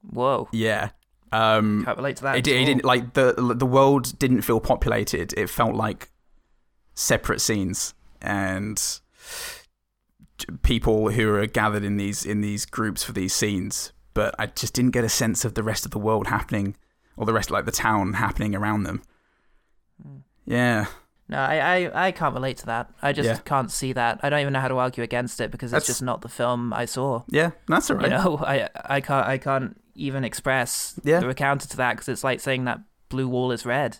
Speaker 1: Whoa.
Speaker 2: Yeah. Um,
Speaker 1: Can't relate to that at
Speaker 2: It, it
Speaker 1: all.
Speaker 2: didn't like the the world didn't feel populated. It felt like separate scenes and people who are gathered in these in these groups for these scenes. But I just didn't get a sense of the rest of the world happening, or the rest like the town happening around them. Hmm. Yeah.
Speaker 1: No, I, I, I can't relate to that. I just
Speaker 2: Yeah.
Speaker 1: can't see that. I don't even know how to argue against it because it's
Speaker 2: That's-
Speaker 1: just not the film I saw.
Speaker 2: Yeah, that's all right.
Speaker 1: You know, I I can't I can't even express
Speaker 2: Yeah.
Speaker 1: the recounter to that because it's like saying that blue wall is red.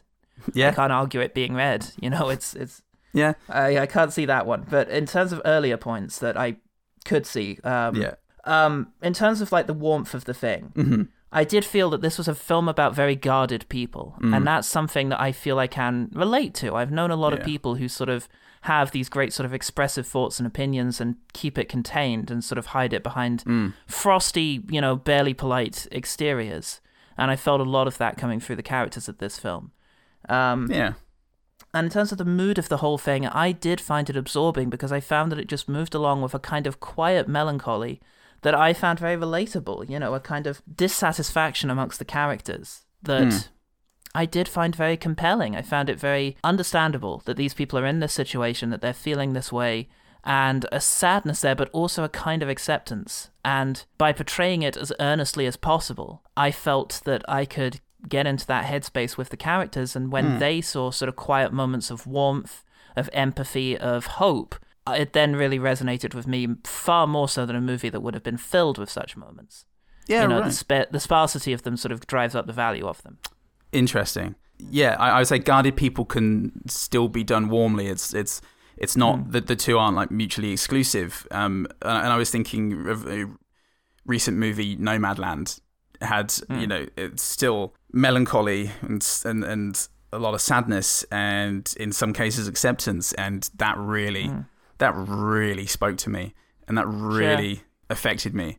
Speaker 2: Yeah.
Speaker 1: I can't argue it being red. You know, it's it's
Speaker 2: Yeah.
Speaker 1: I I can't see that one. But in terms of earlier points that I could see, um,
Speaker 2: Yeah.
Speaker 1: um, in terms of like the warmth of the thing,
Speaker 2: Mhm.
Speaker 1: I did feel that this was a film about very guarded people,
Speaker 2: Mm.
Speaker 1: and that's something that I feel I can relate to. I've known a lot of
Speaker 2: Yeah.
Speaker 1: people who sort of have these great sort of expressive thoughts and opinions and keep it contained and sort of hide it behind
Speaker 2: Mm.
Speaker 1: frosty, you know, barely polite exteriors. And I felt a lot of that coming through the characters of this film. Um,
Speaker 2: Yeah.
Speaker 1: and in terms of the mood of the whole thing, I did find it absorbing because I found that it just moved along with a kind of quiet melancholy that I found very relatable, you know, a kind of dissatisfaction amongst the characters that
Speaker 15: Hmm.
Speaker 1: I did find very compelling. I found it very understandable that these people are in this situation, that they're feeling this way, and a sadness there, but also a kind of acceptance. And by portraying it as earnestly as possible, I felt that I could get into that headspace with the characters. And when
Speaker 15: Hmm.
Speaker 1: they saw sort of quiet moments of warmth, of empathy, of hope, uh, it then really resonated with me far more so than a movie that would have been filled with such moments.
Speaker 2: Yeah,
Speaker 1: you know, the,
Speaker 2: right.
Speaker 1: spa- the sparsity of them sort of drives up the value of them.
Speaker 2: Interesting. Yeah, I, I would say guarded people can still be done warmly. It's it's it's not that the two aren't like mutually exclusive. Um, and, and I was thinking of a recent movie Nomadland had you know it's still melancholy and s- and and a lot of sadness and in some cases acceptance and that really that really spoke to me and that really affected me.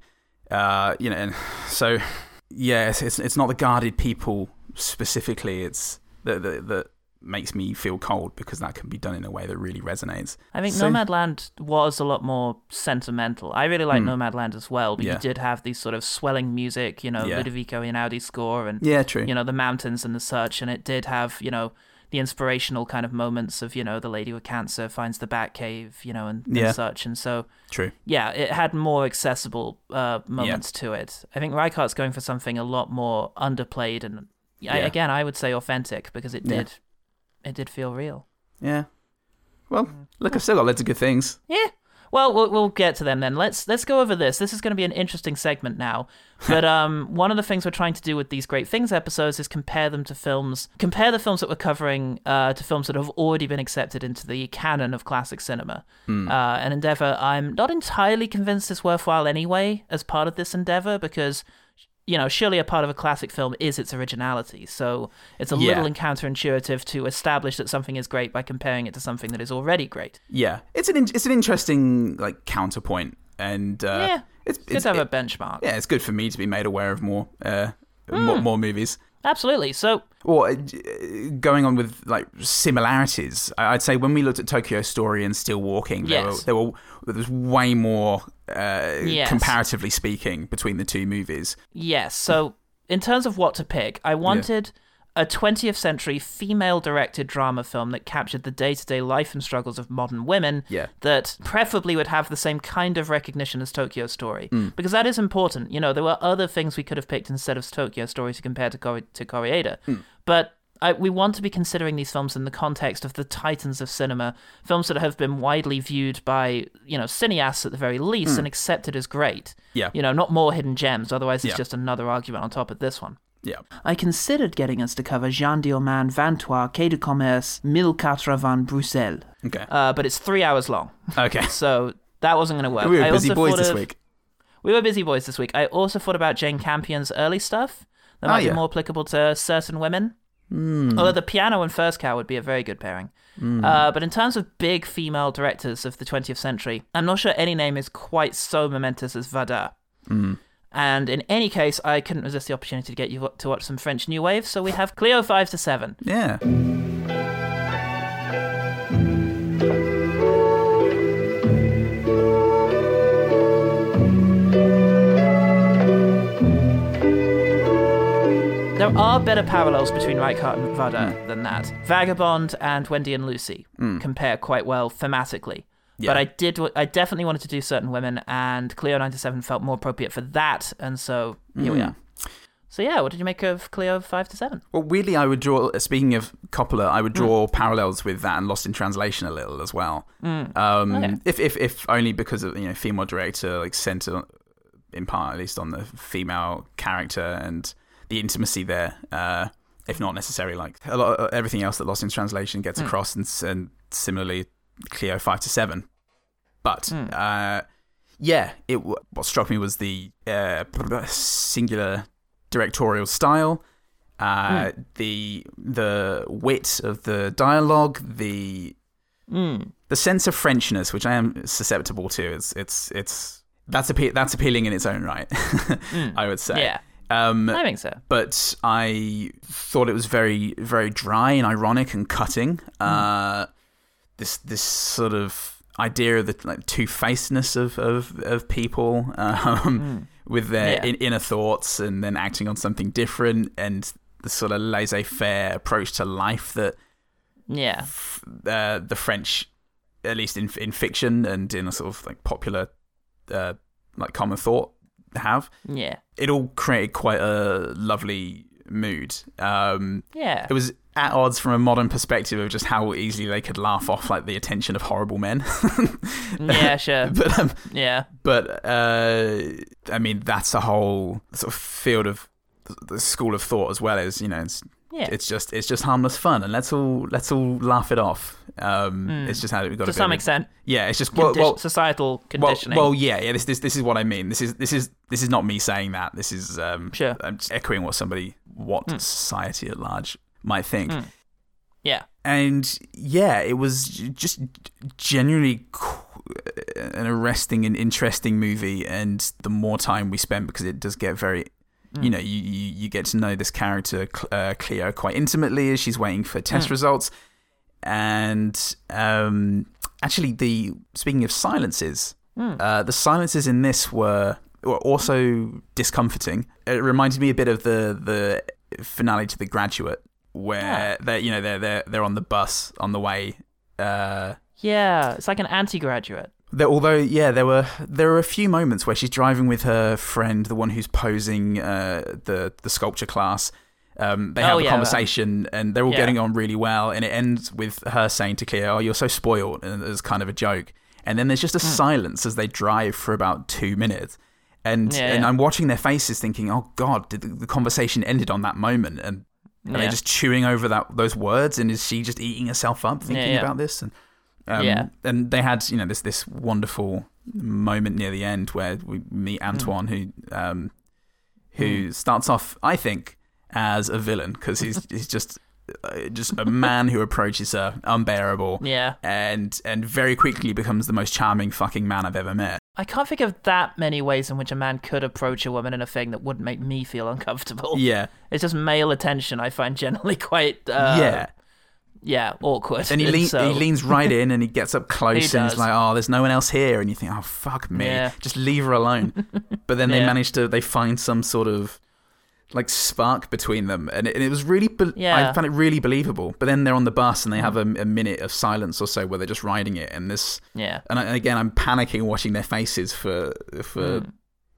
Speaker 2: Uh, you know, and so yeah, it's, it's it's not the guarded people specifically. It's that that that makes me feel cold because that can be done in a way that really resonates.
Speaker 1: I think
Speaker 2: So-
Speaker 1: Nomadland was a lot more sentimental. I really like
Speaker 2: Hmm.
Speaker 1: Nomadland as well, but
Speaker 2: Yeah.
Speaker 1: you did have these sort of swelling music, you know,
Speaker 2: Yeah.
Speaker 1: Ludovico Einaudi score and
Speaker 2: Yeah, true.
Speaker 1: you know, the mountains and the such, and it did have, you know, the inspirational kind of moments of, you know, the lady with cancer finds the bat cave, you know, and, and
Speaker 2: Yeah.
Speaker 1: such. And so
Speaker 2: True.
Speaker 1: Yeah, it had more accessible uh, moments to it. I think Reichardt's going for something a lot more underplayed and I,
Speaker 2: Yeah.
Speaker 1: again, I would say authentic because it
Speaker 2: Yeah.
Speaker 1: did it did feel real.
Speaker 2: Yeah. Well, look, I've still got loads of good things.
Speaker 1: Yeah. Well, we'll we'll get to them then. Let's let's go over this. This is going to be an interesting segment now. But um, one of the things we're trying to do with these great things episodes is compare them to films, compare the films that we're covering uh, to films that have already been accepted into the canon of classic cinema.
Speaker 15: Hmm.
Speaker 1: Uh, an endeavor I'm not entirely convinced is worthwhile anyway as part of this endeavor because. You know, surely a part of a classic film is its originality. So it's a
Speaker 2: Yeah.
Speaker 1: little counterintuitive to establish that something is great by comparing it to something that is already great.
Speaker 2: Yeah, it's an in- it's an interesting like counterpoint, and uh,
Speaker 1: Yeah,
Speaker 2: it's
Speaker 1: good to have a Hmm. benchmark.
Speaker 2: Yeah, it's good for me to be made aware of more uh, more, more movies.
Speaker 1: Absolutely. So,
Speaker 2: or uh, j- going on with like similarities, I- I'd say when we looked at Tokyo Story and Still Walking, there
Speaker 1: Yes.
Speaker 2: were there were there was way more uh,
Speaker 1: Yes.
Speaker 2: comparatively speaking between the two movies.
Speaker 1: Yes. So, in terms of what to pick, I wanted a 20th century female directed drama film that captured the day to day life and struggles of modern women
Speaker 2: Yeah.
Speaker 1: that preferably would have the same kind of recognition as Tokyo Story.
Speaker 15: Mm.
Speaker 1: Because that is important. You know, there were other things we could have picked instead of Tokyo Story to compare to, Cor- to Koreeda.
Speaker 15: Mm.
Speaker 1: But I, we want to be considering these films in the context of the titans of cinema, films that have been widely viewed by, you know, cineasts at the very least
Speaker 15: Mm.
Speaker 1: and accepted as great.
Speaker 15: Yeah.
Speaker 1: You know, not more hidden gems, otherwise it's
Speaker 15: Yeah.
Speaker 1: just another argument on top of this one.
Speaker 2: Yeah.
Speaker 1: I considered getting us to cover Jean Diorman, Vantois, Quai de Commerce, 1080 Bruxelles.
Speaker 2: Okay.
Speaker 1: Uh, but it's three hours long.
Speaker 2: Okay.
Speaker 1: So that wasn't going to work.
Speaker 2: We were
Speaker 1: I
Speaker 2: busy
Speaker 1: also
Speaker 2: boys
Speaker 1: thought
Speaker 2: this
Speaker 1: of-
Speaker 2: week.
Speaker 1: We were busy boys this week. I also thought about Jane Campion's early stuff. That
Speaker 2: Ah,
Speaker 1: might
Speaker 2: yeah.
Speaker 1: be more applicable to certain women.
Speaker 2: Hmm.
Speaker 1: Although the piano and first cow would be a very good pairing.
Speaker 2: Mm.
Speaker 1: Uh, but in terms of big female directors of the 20th century, I'm not sure any name is quite so momentous as Vada.
Speaker 2: Hmm.
Speaker 15: Mm.
Speaker 1: And in any case, I couldn't resist the opportunity to get you to watch some French New Wave, so we have Cleo 5 to 7.
Speaker 2: Yeah.
Speaker 1: There There are better parallels between Reichardt and Vada
Speaker 2: Hmm.
Speaker 1: than that. Vagabond and Wendy and Lucy
Speaker 2: Mm.
Speaker 1: compare quite well thematically.
Speaker 2: Yeah.
Speaker 1: But I did. w- I definitely wanted to do certain women, and Cleo ninety seven felt more appropriate for that, and so here we
Speaker 2: Mm.
Speaker 1: are. So yeah, what did you make of Cleo five to seven?
Speaker 2: Well, weirdly, I would draw. Speaking of Coppola, I would draw parallels with that and Lost in Translation a little as well.
Speaker 1: Mm.
Speaker 2: Um,
Speaker 1: Okay.
Speaker 2: if, if if only because of you know female director like center in part at least on the female character and the intimacy there. Uh, if not necessary, like a lot of everything else that Lost in Translation gets
Speaker 1: Mm.
Speaker 2: across, and, s- and similarly, Cleo five to seven. But uh, yeah, it w- what struck me was the uh, singular directorial style, uh, the the wit of the dialogue, the
Speaker 1: Mm.
Speaker 2: the sense of Frenchness, which I am susceptible to. It's it's it's that's appe- that's appealing in its own right. I would say.
Speaker 1: Yeah.
Speaker 2: Um,
Speaker 1: I think so.
Speaker 2: But I thought it was very, very dry and ironic and cutting. Uh, this this sort of idea of the like two facedness of, of of people um, with their
Speaker 1: Yeah.
Speaker 2: in, inner thoughts and then acting on something different and the sort of laissez faire approach to life that
Speaker 1: Yeah.
Speaker 2: uh, the French, at least in in fiction and in a sort of like popular, uh, like common thought, have.
Speaker 1: Yeah.
Speaker 2: It all created quite a lovely mood. Um,
Speaker 1: Yeah.
Speaker 2: it was at odds from a modern perspective of just how easily they could laugh off like the attention of horrible men.
Speaker 1: Yeah, sure.
Speaker 2: but um,
Speaker 1: yeah.
Speaker 2: but uh, I mean that's a whole sort of field of the school of thought as well as you know it's
Speaker 1: Yeah.
Speaker 2: it's just it's just harmless fun and let's all let's all laugh it off. Um,
Speaker 1: Mm.
Speaker 2: it's just how we got
Speaker 1: To
Speaker 2: a bit
Speaker 1: some
Speaker 2: of-
Speaker 1: extent.
Speaker 2: Yeah, it's just well,
Speaker 1: Condi-
Speaker 2: well
Speaker 1: societal conditioning.
Speaker 2: Well, well, yeah, yeah. This, this this is what I mean. This is this is this is not me saying that. This is um,
Speaker 1: Sure. Hmm.
Speaker 2: I'm just echoing what somebody, what society at large might think.
Speaker 1: Mm. yeah.
Speaker 2: And yeah, it was j- just generally qu- an arresting and interesting movie. And the more time we spent, because it does get very, you know, you, you, you get to know this character, Cl- uh, Cleo, quite intimately as she's waiting for test
Speaker 1: Mm.
Speaker 2: results. And um, actually, the speaking of silences,
Speaker 1: Mm.
Speaker 2: uh, the silences in this were were also discomforting. It reminded me a bit of the the finale to The Graduate, where
Speaker 1: Yeah.
Speaker 2: they're you know they're they're they're on the bus on the way. Uh,
Speaker 1: Yeah. It's like an anti-graduate.
Speaker 2: there, although yeah, there were there were a few moments where she's driving with her friend, the one who's posing uh, the the sculpture class. Um, they
Speaker 1: Oh,
Speaker 2: have a
Speaker 1: yeah, that-
Speaker 2: conversation and they're all
Speaker 1: Yeah.
Speaker 2: getting on really well, and it ends with her saying to Cleo, "Oh, you're so spoiled," and as kind of a joke. And then there's just a
Speaker 1: Hmm.
Speaker 2: silence as they drive for about two minutes, and
Speaker 1: Yeah,
Speaker 2: and
Speaker 1: yeah.
Speaker 2: I'm watching their faces, thinking, "Oh God, did the, the conversation ended on that moment?" And and
Speaker 1: Yeah.
Speaker 2: they're just chewing over that those words, and is she just eating herself up thinking
Speaker 1: yeah.
Speaker 2: about this? And um,
Speaker 1: Yeah.
Speaker 2: And they had, you know, this this wonderful moment near the end where we
Speaker 1: Hmm.
Speaker 2: meet Antoine, who um, who starts off, I think, as a villain because he's he's just uh, just a man who approaches her unbearable,
Speaker 1: Yeah.
Speaker 2: and and very quickly becomes the most charming fucking man I've ever met.
Speaker 1: I can't think of that many ways in which a man could approach a woman in a thing that wouldn't make me feel uncomfortable.
Speaker 2: Yeah.
Speaker 1: It's just male attention I find generally quite uh,
Speaker 2: yeah.
Speaker 1: yeah, awkward.
Speaker 2: And he, lean,
Speaker 1: so-
Speaker 2: he leans right in and he gets up close
Speaker 1: He
Speaker 2: and he's
Speaker 1: does.
Speaker 2: like, oh, there's no one else here. And you think, oh, fuck me.
Speaker 1: Yeah.
Speaker 2: Just leave her alone. but then they
Speaker 1: Yeah.
Speaker 2: manage to, they find some sort of like spark between them. And it, and it was really, be- I
Speaker 1: Yeah. Mm-hmm.
Speaker 2: found it really believable. But then they're on the bus and they have a, a minute of silence or so where they're just riding it. And this,
Speaker 1: Yeah.
Speaker 2: and, I, and again, I'm panicking watching their faces for, for
Speaker 1: Mm.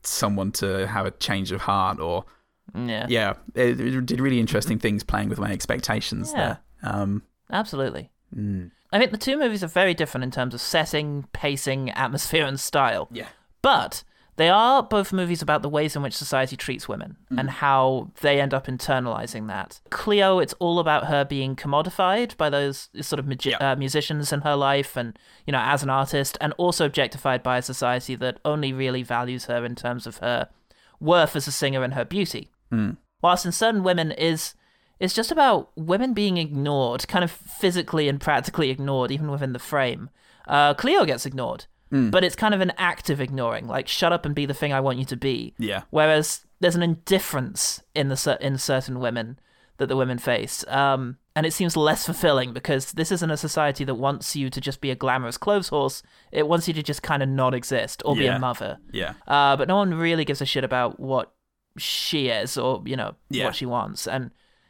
Speaker 2: someone to have a change of heart or,
Speaker 1: Yeah.
Speaker 2: yeah, it, it did really interesting things playing with my expectations
Speaker 1: Yeah.
Speaker 2: there. Um,
Speaker 1: Absolutely.
Speaker 2: mm.
Speaker 1: I think the two movies are very different in terms of setting, pacing, atmosphere, and style.
Speaker 2: Yeah.
Speaker 1: But they are both movies about the ways in which society treats women and how they end up internalizing that. Cleo, it's all about her being commodified by those sort of magi- uh, musicians in her life and, you know, as an artist, and also objectified by a society that only really values her in terms of her worth as a singer and her beauty
Speaker 2: Mm.
Speaker 1: whilst in certain women is it's just about women being ignored, kind of physically and practically ignored, even within the frame. Uh, Cleo gets ignored,
Speaker 2: Mm.
Speaker 1: but it's kind of an active ignoring, like shut up and be the thing I want you to be.
Speaker 2: Yeah.
Speaker 1: Whereas there's an indifference in the cer- in certain women that the women face, um, and it seems less fulfilling because this isn't a society that wants you to just be a glamorous clothes horse. It wants you to just kind of not exist or be
Speaker 2: Yeah.
Speaker 1: a mother.
Speaker 2: Yeah.
Speaker 1: Uh, but no one really gives a shit about what she is or you know
Speaker 2: Yeah.
Speaker 1: what she wants and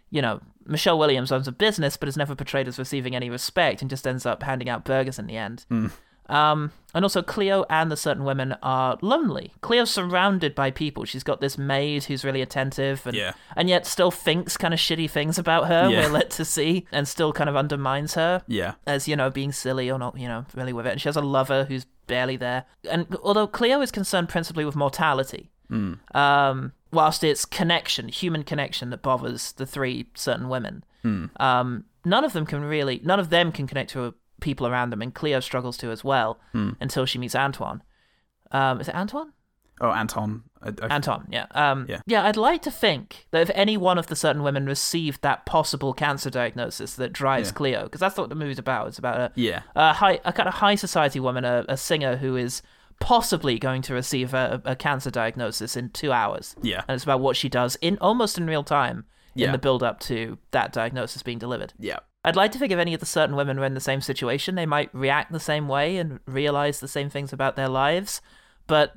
Speaker 1: you know michelle williams owns a business but is never portrayed as receiving any respect and just ends up handing out burgers in the end
Speaker 2: Mm.
Speaker 1: um, and also cleo and the certain women are lonely cleo's surrounded by people she's got this maid who's really attentive and,
Speaker 2: Yeah.
Speaker 1: and yet still thinks kind of shitty things about her
Speaker 2: Yeah.
Speaker 1: we're led to see and still kind of undermines her
Speaker 2: Yeah.
Speaker 1: as you know being silly or not you know really with it and she has a lover who's barely there and although cleo is concerned principally with mortality
Speaker 2: Mm.
Speaker 1: um, whilst it's connection, human connection, that bothers the three certain women.
Speaker 2: Hmm.
Speaker 1: Um, none of them can really, none of them can connect to uh, people around them, and Cleo struggles to as well
Speaker 2: Hmm.
Speaker 1: until she meets Antoine. Um, is it Antoine?
Speaker 2: Oh, Anton. I, I,
Speaker 1: Anton, yeah. Um,
Speaker 2: Yeah.
Speaker 1: I'd like to think that if any one of the certain women received that possible cancer diagnosis that drives
Speaker 2: Yeah.
Speaker 1: Cleo, because that's what the movie's about. It's about a
Speaker 2: Yeah.
Speaker 1: a, high, a kind of high society woman, a, a singer who is possibly going to receive a, a cancer diagnosis in two hours.
Speaker 2: Yeah.
Speaker 1: and it's about what she does in almost in real time
Speaker 2: Yeah.
Speaker 1: in the build up to that diagnosis being delivered.
Speaker 2: Yeah.
Speaker 1: I'd like to think if any of the certain women were in the same situation, they might react the same way and realize the same things about their lives, but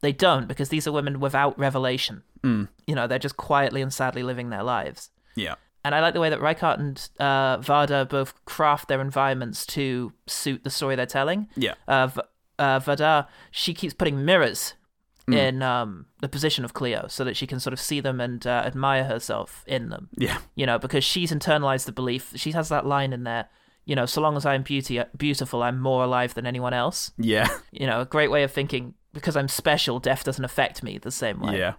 Speaker 1: they don't because these are women without revelation.
Speaker 2: Mm.
Speaker 1: You know, they're just quietly and sadly living their lives.
Speaker 2: Yeah.
Speaker 1: And I like the way that Reichardt and uh, Varda both craft their environments to suit the story they're telling.
Speaker 2: Yeah.
Speaker 1: Uh, v- uh, Varda, she keeps putting mirrors
Speaker 2: Mm.
Speaker 1: in um, the position of Cleo so that she can sort of see them and uh, admire herself in them.
Speaker 2: Yeah.
Speaker 1: You know, because she's internalized the belief. She has that line in there. You know, so long as I'm beauty, uh, beautiful, I'm more alive than anyone else.
Speaker 2: Yeah.
Speaker 1: You know, a great way of thinking because I'm special, death doesn't affect me the same way
Speaker 2: Yeah.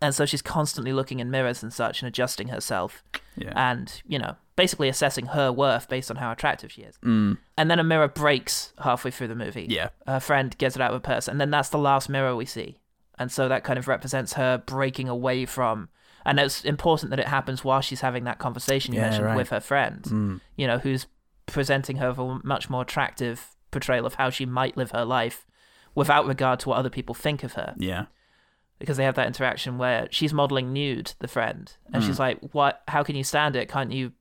Speaker 1: and so she's constantly looking in mirrors and such and adjusting herself
Speaker 2: Yeah.
Speaker 1: and you know basically assessing her worth based on how attractive she is
Speaker 2: Mm.
Speaker 1: and then a mirror breaks halfway through the movie
Speaker 2: Yeah.
Speaker 1: her friend gets it out of her purse and then that's the last mirror we see and so that kind of represents her breaking away from and it's important that it happens while she's having that conversation you
Speaker 2: Yeah,
Speaker 1: mentioned
Speaker 2: right.
Speaker 1: with her friend
Speaker 2: Mm.
Speaker 1: you know who's presenting her with a much more attractive portrayal of how she might live her life without regard to what other people think of her
Speaker 2: Yeah.
Speaker 1: because they have that interaction where she's modeling nude the friend and
Speaker 2: Mm.
Speaker 1: she's like what how can you stand it can't you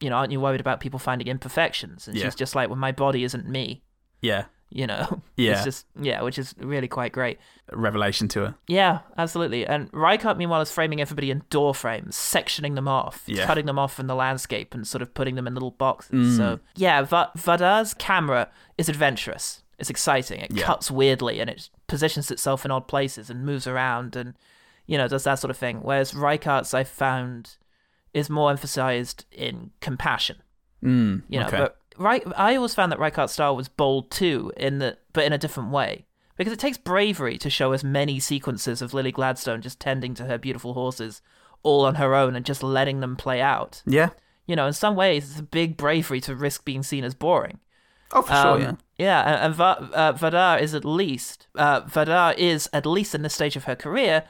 Speaker 1: you know aren't you worried about people finding imperfections and
Speaker 2: Yeah.
Speaker 1: she's just like well my body isn't me
Speaker 2: Yeah.
Speaker 1: you know
Speaker 2: Yeah.
Speaker 1: it's just yeah which is really quite great
Speaker 2: Revelation to her.
Speaker 1: yeah absolutely and Reichardt meanwhile is framing everybody in door frames sectioning them off
Speaker 2: Yeah.
Speaker 1: cutting them off from the landscape and sort of putting them in little boxes
Speaker 2: Mm.
Speaker 1: so yeah Va- Vada's camera is adventurous it's exciting it
Speaker 2: Yeah.
Speaker 1: cuts weirdly and it positions itself in odd places and moves around and you know, does that sort of thing. Whereas Reichardt's, I found, is more emphasized in compassion.
Speaker 2: Mm.
Speaker 1: You know,
Speaker 2: okay.
Speaker 1: but right, I always found that Reichardt's style was bold too, in the but in a different way. Because it takes bravery to show as many sequences of Lily Gladstone just tending to her beautiful horses all on her own and just letting them play out.
Speaker 2: yeah.
Speaker 1: You know, in some ways, it's a big bravery to risk being seen as boring.
Speaker 2: Oh, for sure.
Speaker 1: Um,
Speaker 2: Yeah.
Speaker 1: Yeah, and, and Va- uh, Vadar is at least uh, Vadar is at least in this stage of her career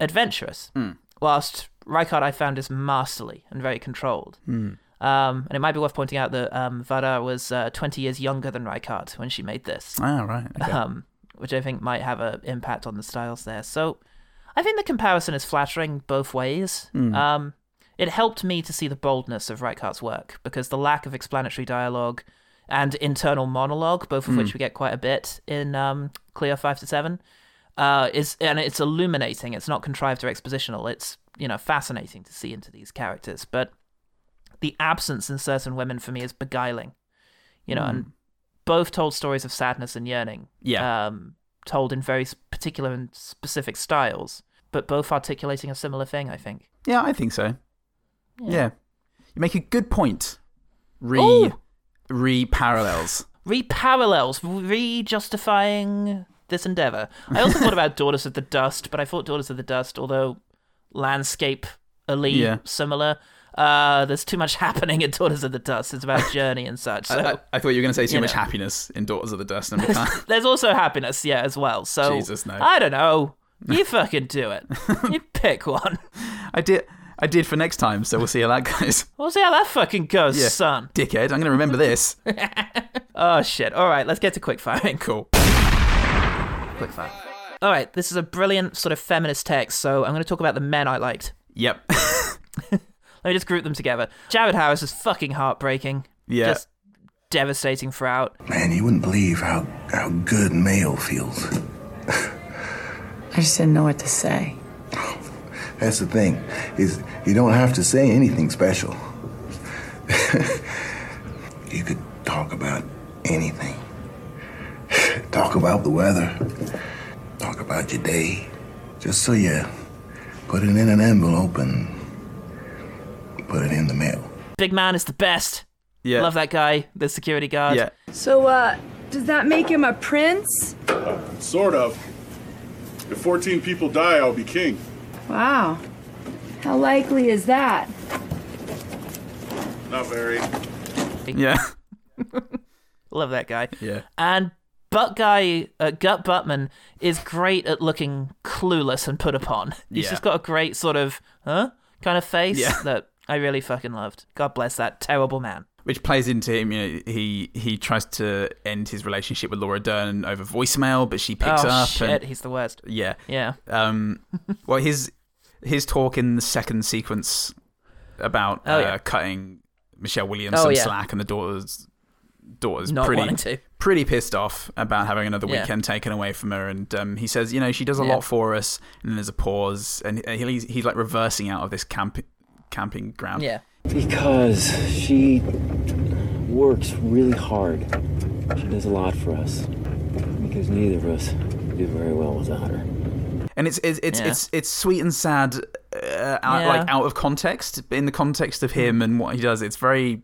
Speaker 1: adventurous,
Speaker 2: Mm.
Speaker 1: whilst Reichardt I found is masterly and very controlled.
Speaker 2: Mm.
Speaker 1: Um, and it might be worth pointing out that um, Vadar was uh, 20 years younger than Reichardt when she made this,
Speaker 2: Ah, right. Okay.
Speaker 1: um, which I think might have an impact on the styles there. So I think the comparison is flattering both ways.
Speaker 2: Mm.
Speaker 1: Um, it helped me to see the boldness of Reichardt's work because the lack of explanatory dialogue and internal monologue, both of
Speaker 2: Mm.
Speaker 1: which we get quite a bit in um, Clear Five to Seven, uh, is and it's illuminating. It's not contrived or expositional. It's you know fascinating to see into these characters, but the absence in certain women for me is beguiling. You know,
Speaker 2: Hmm.
Speaker 1: and both told stories of sadness and yearning.
Speaker 2: Yeah.
Speaker 1: Um, told in very s- particular and specific styles, but both articulating a similar thing. I think.
Speaker 2: Yeah, I think so. Yeah. You make a good point. Re
Speaker 1: Ooh.
Speaker 2: re parallels.
Speaker 1: Reparallels, re-justifying this endeavor. I also thought about Daughters of the Dust, but I thought Daughters of the Dust, although landscape elite
Speaker 2: Yeah.
Speaker 1: similar. Uh, there's too much happening in Daughters of the Dust. It's about journey and such. So
Speaker 2: I, I, I thought you were going to say too
Speaker 1: you
Speaker 2: much
Speaker 1: know.
Speaker 2: happiness in Daughters of the Dust, and we can't.
Speaker 1: There's also happiness, yeah, as well. So
Speaker 2: Jesus, no.
Speaker 1: I don't know. You fucking do it. You pick one.
Speaker 2: I did. I did for next time, so we'll see how that goes.
Speaker 1: We'll see how that fucking goes,
Speaker 2: Yeah.
Speaker 1: son.
Speaker 2: Dickhead, I'm going to remember this.
Speaker 1: Oh shit. All right, let's get to quick firing.
Speaker 2: Cool.
Speaker 1: Quick fire. All right, this is a brilliant sort of feminist text. So I'm going to talk about the men I liked.
Speaker 2: Yep.
Speaker 1: Let me just group them together. Jared Harris is fucking heartbreaking.
Speaker 5: Yeah.
Speaker 1: Just devastating throughout.
Speaker 5: Man, you wouldn't believe how, how good male feels.
Speaker 4: I just didn't know what to say.
Speaker 5: That's the thing, is you don't have to say anything special. you could talk about anything. talk about the weather. Talk about your day. Just so you put it in an envelope and put it in the mail.
Speaker 1: Big man is the best.
Speaker 2: Yeah.
Speaker 1: Love that guy, the security guard.
Speaker 2: Yeah.
Speaker 15: So, uh, does that make him a prince?
Speaker 17: Sort of. If 14 people die, I'll be king.
Speaker 15: Wow. How likely is that?
Speaker 17: Not very.
Speaker 2: Yeah.
Speaker 1: Love that guy.
Speaker 2: Yeah.
Speaker 1: And Butt Guy, uh, Gut Buttman, is great at looking clueless and put upon. He's
Speaker 2: Yeah.
Speaker 1: just got a great sort of, huh? Kind of face
Speaker 2: Yeah.
Speaker 1: that I really fucking loved. God bless that terrible man.
Speaker 2: Which plays into him. You know, he he tries to end his relationship with Laura Dern over voicemail, but she picks
Speaker 1: oh,
Speaker 2: up.
Speaker 1: shit,
Speaker 2: and-
Speaker 1: he's the worst.
Speaker 2: Yeah.
Speaker 1: Yeah.
Speaker 2: Um, well, his his talk in the second sequence about
Speaker 1: Oh,
Speaker 2: uh,
Speaker 1: yeah.
Speaker 2: cutting Michelle Williams
Speaker 1: Oh,
Speaker 2: some
Speaker 1: yeah.
Speaker 2: slack and the daughter's daughter's
Speaker 1: Not
Speaker 2: pretty
Speaker 1: wanting to.
Speaker 2: pretty pissed off about having another
Speaker 1: Yeah.
Speaker 2: weekend taken away from her, and um, he says, you know, she does a
Speaker 1: Yeah.
Speaker 2: lot for us, and then there's a pause, and he- he's, he's like reversing out of this camp camping ground.
Speaker 7: Because she works really hard. She does a lot for us. Because neither of us do very well without her.
Speaker 2: and it's it's it's
Speaker 7: Yeah.
Speaker 2: it's, it's sweet and sad, uh, out,
Speaker 7: Yeah.
Speaker 2: like out of context. In the context of him and what he does, it's very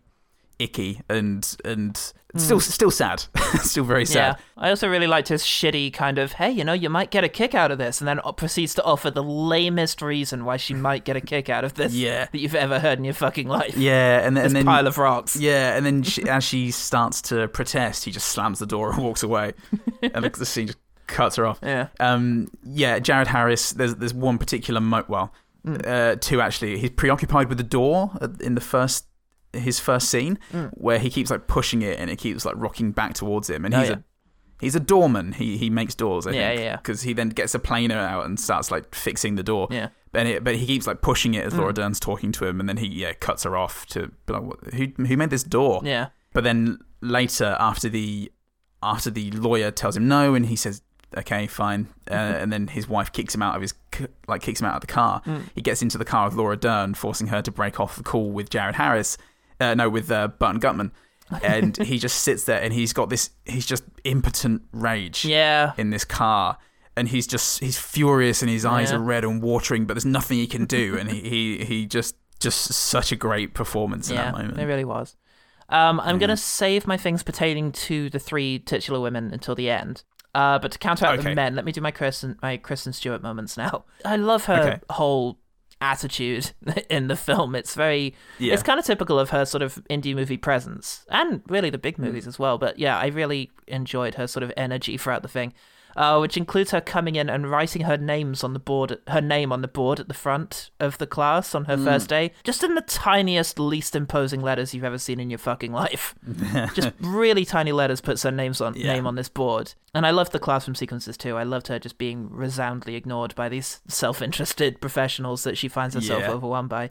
Speaker 2: icky and and still
Speaker 1: Mm.
Speaker 2: still sad, still very sad.
Speaker 1: Yeah. I also really liked his shitty kind of, hey, you know, you might get a kick out of this, and then o- proceeds to offer the lamest reason why she might get a kick out of this
Speaker 2: Yeah.
Speaker 1: that you've ever heard in your fucking life.
Speaker 2: Yeah, and, then-
Speaker 1: This
Speaker 2: and then
Speaker 1: pile of rocks.
Speaker 2: Yeah, and then she, as she starts to protest, he just slams the door and walks away, and the, the scene just cuts her off.
Speaker 1: Yeah.
Speaker 2: um, yeah. Jared Harris, there's there's one particular mo- well,
Speaker 1: Mm.
Speaker 2: uh, two actually. He's preoccupied with the door at- in the first his first scene
Speaker 1: Mm.
Speaker 2: where he keeps like pushing it and it keeps like rocking back towards him, and
Speaker 1: Oh,
Speaker 2: he's
Speaker 1: yeah.
Speaker 2: a he's a doorman. He he makes doors. I
Speaker 1: Yeah,
Speaker 2: think,
Speaker 1: yeah.
Speaker 2: Because he then gets a planer out and starts like fixing the door.
Speaker 1: Yeah.
Speaker 2: And it, but he keeps like pushing it as Laura
Speaker 1: Mm.
Speaker 2: Dern's talking to him, and then he yeah cuts her off to be like, "What- who who made this door?
Speaker 1: Yeah.
Speaker 2: But then later, after the after the lawyer tells him no, and he says, "Okay, fine," uh,
Speaker 1: Mm-hmm.
Speaker 2: and then his wife kicks him out of his c- like kicks him out of the car.
Speaker 1: Mm.
Speaker 2: He gets into the car with Laura Dern, forcing her to break off the call with Jared Harris. Uh, no, with uh, Burton Gutman. and he just sits there, and he's got this. He's just impotent rage.
Speaker 1: Yeah.
Speaker 2: In this car, and he's just he's furious, and his eyes
Speaker 1: Yeah.
Speaker 2: are red and watering, but there's nothing he can do, and he he, he just just such a great performance in
Speaker 1: yeah,
Speaker 2: that moment.
Speaker 1: It really was. Um, I'm going to save my things pertaining to the three titular women until the end. Uh, but to counter out
Speaker 2: Okay.
Speaker 1: the men, let me do my Kristen, my Kristen Stewart moments now. I love her
Speaker 2: Okay.
Speaker 1: whole attitude in the film. It's very,
Speaker 2: Yeah.
Speaker 1: it's kind of typical of her sort of indie movie presence and really the big movies as well. But yeah, I really enjoyed her sort of energy throughout the thing, uh, which includes her coming in and writing her names on the board, her name on the board at the front of the class on her
Speaker 2: Mm.
Speaker 1: first day, just in the tiniest, least imposing letters you've ever seen in your fucking life. just really tiny letters puts her names on
Speaker 2: Yeah.
Speaker 1: name on this board. And I loved the classroom sequences too. I loved her just being resoundly ignored by these self-interested professionals that she finds herself
Speaker 2: Yeah.
Speaker 1: overwhelmed by.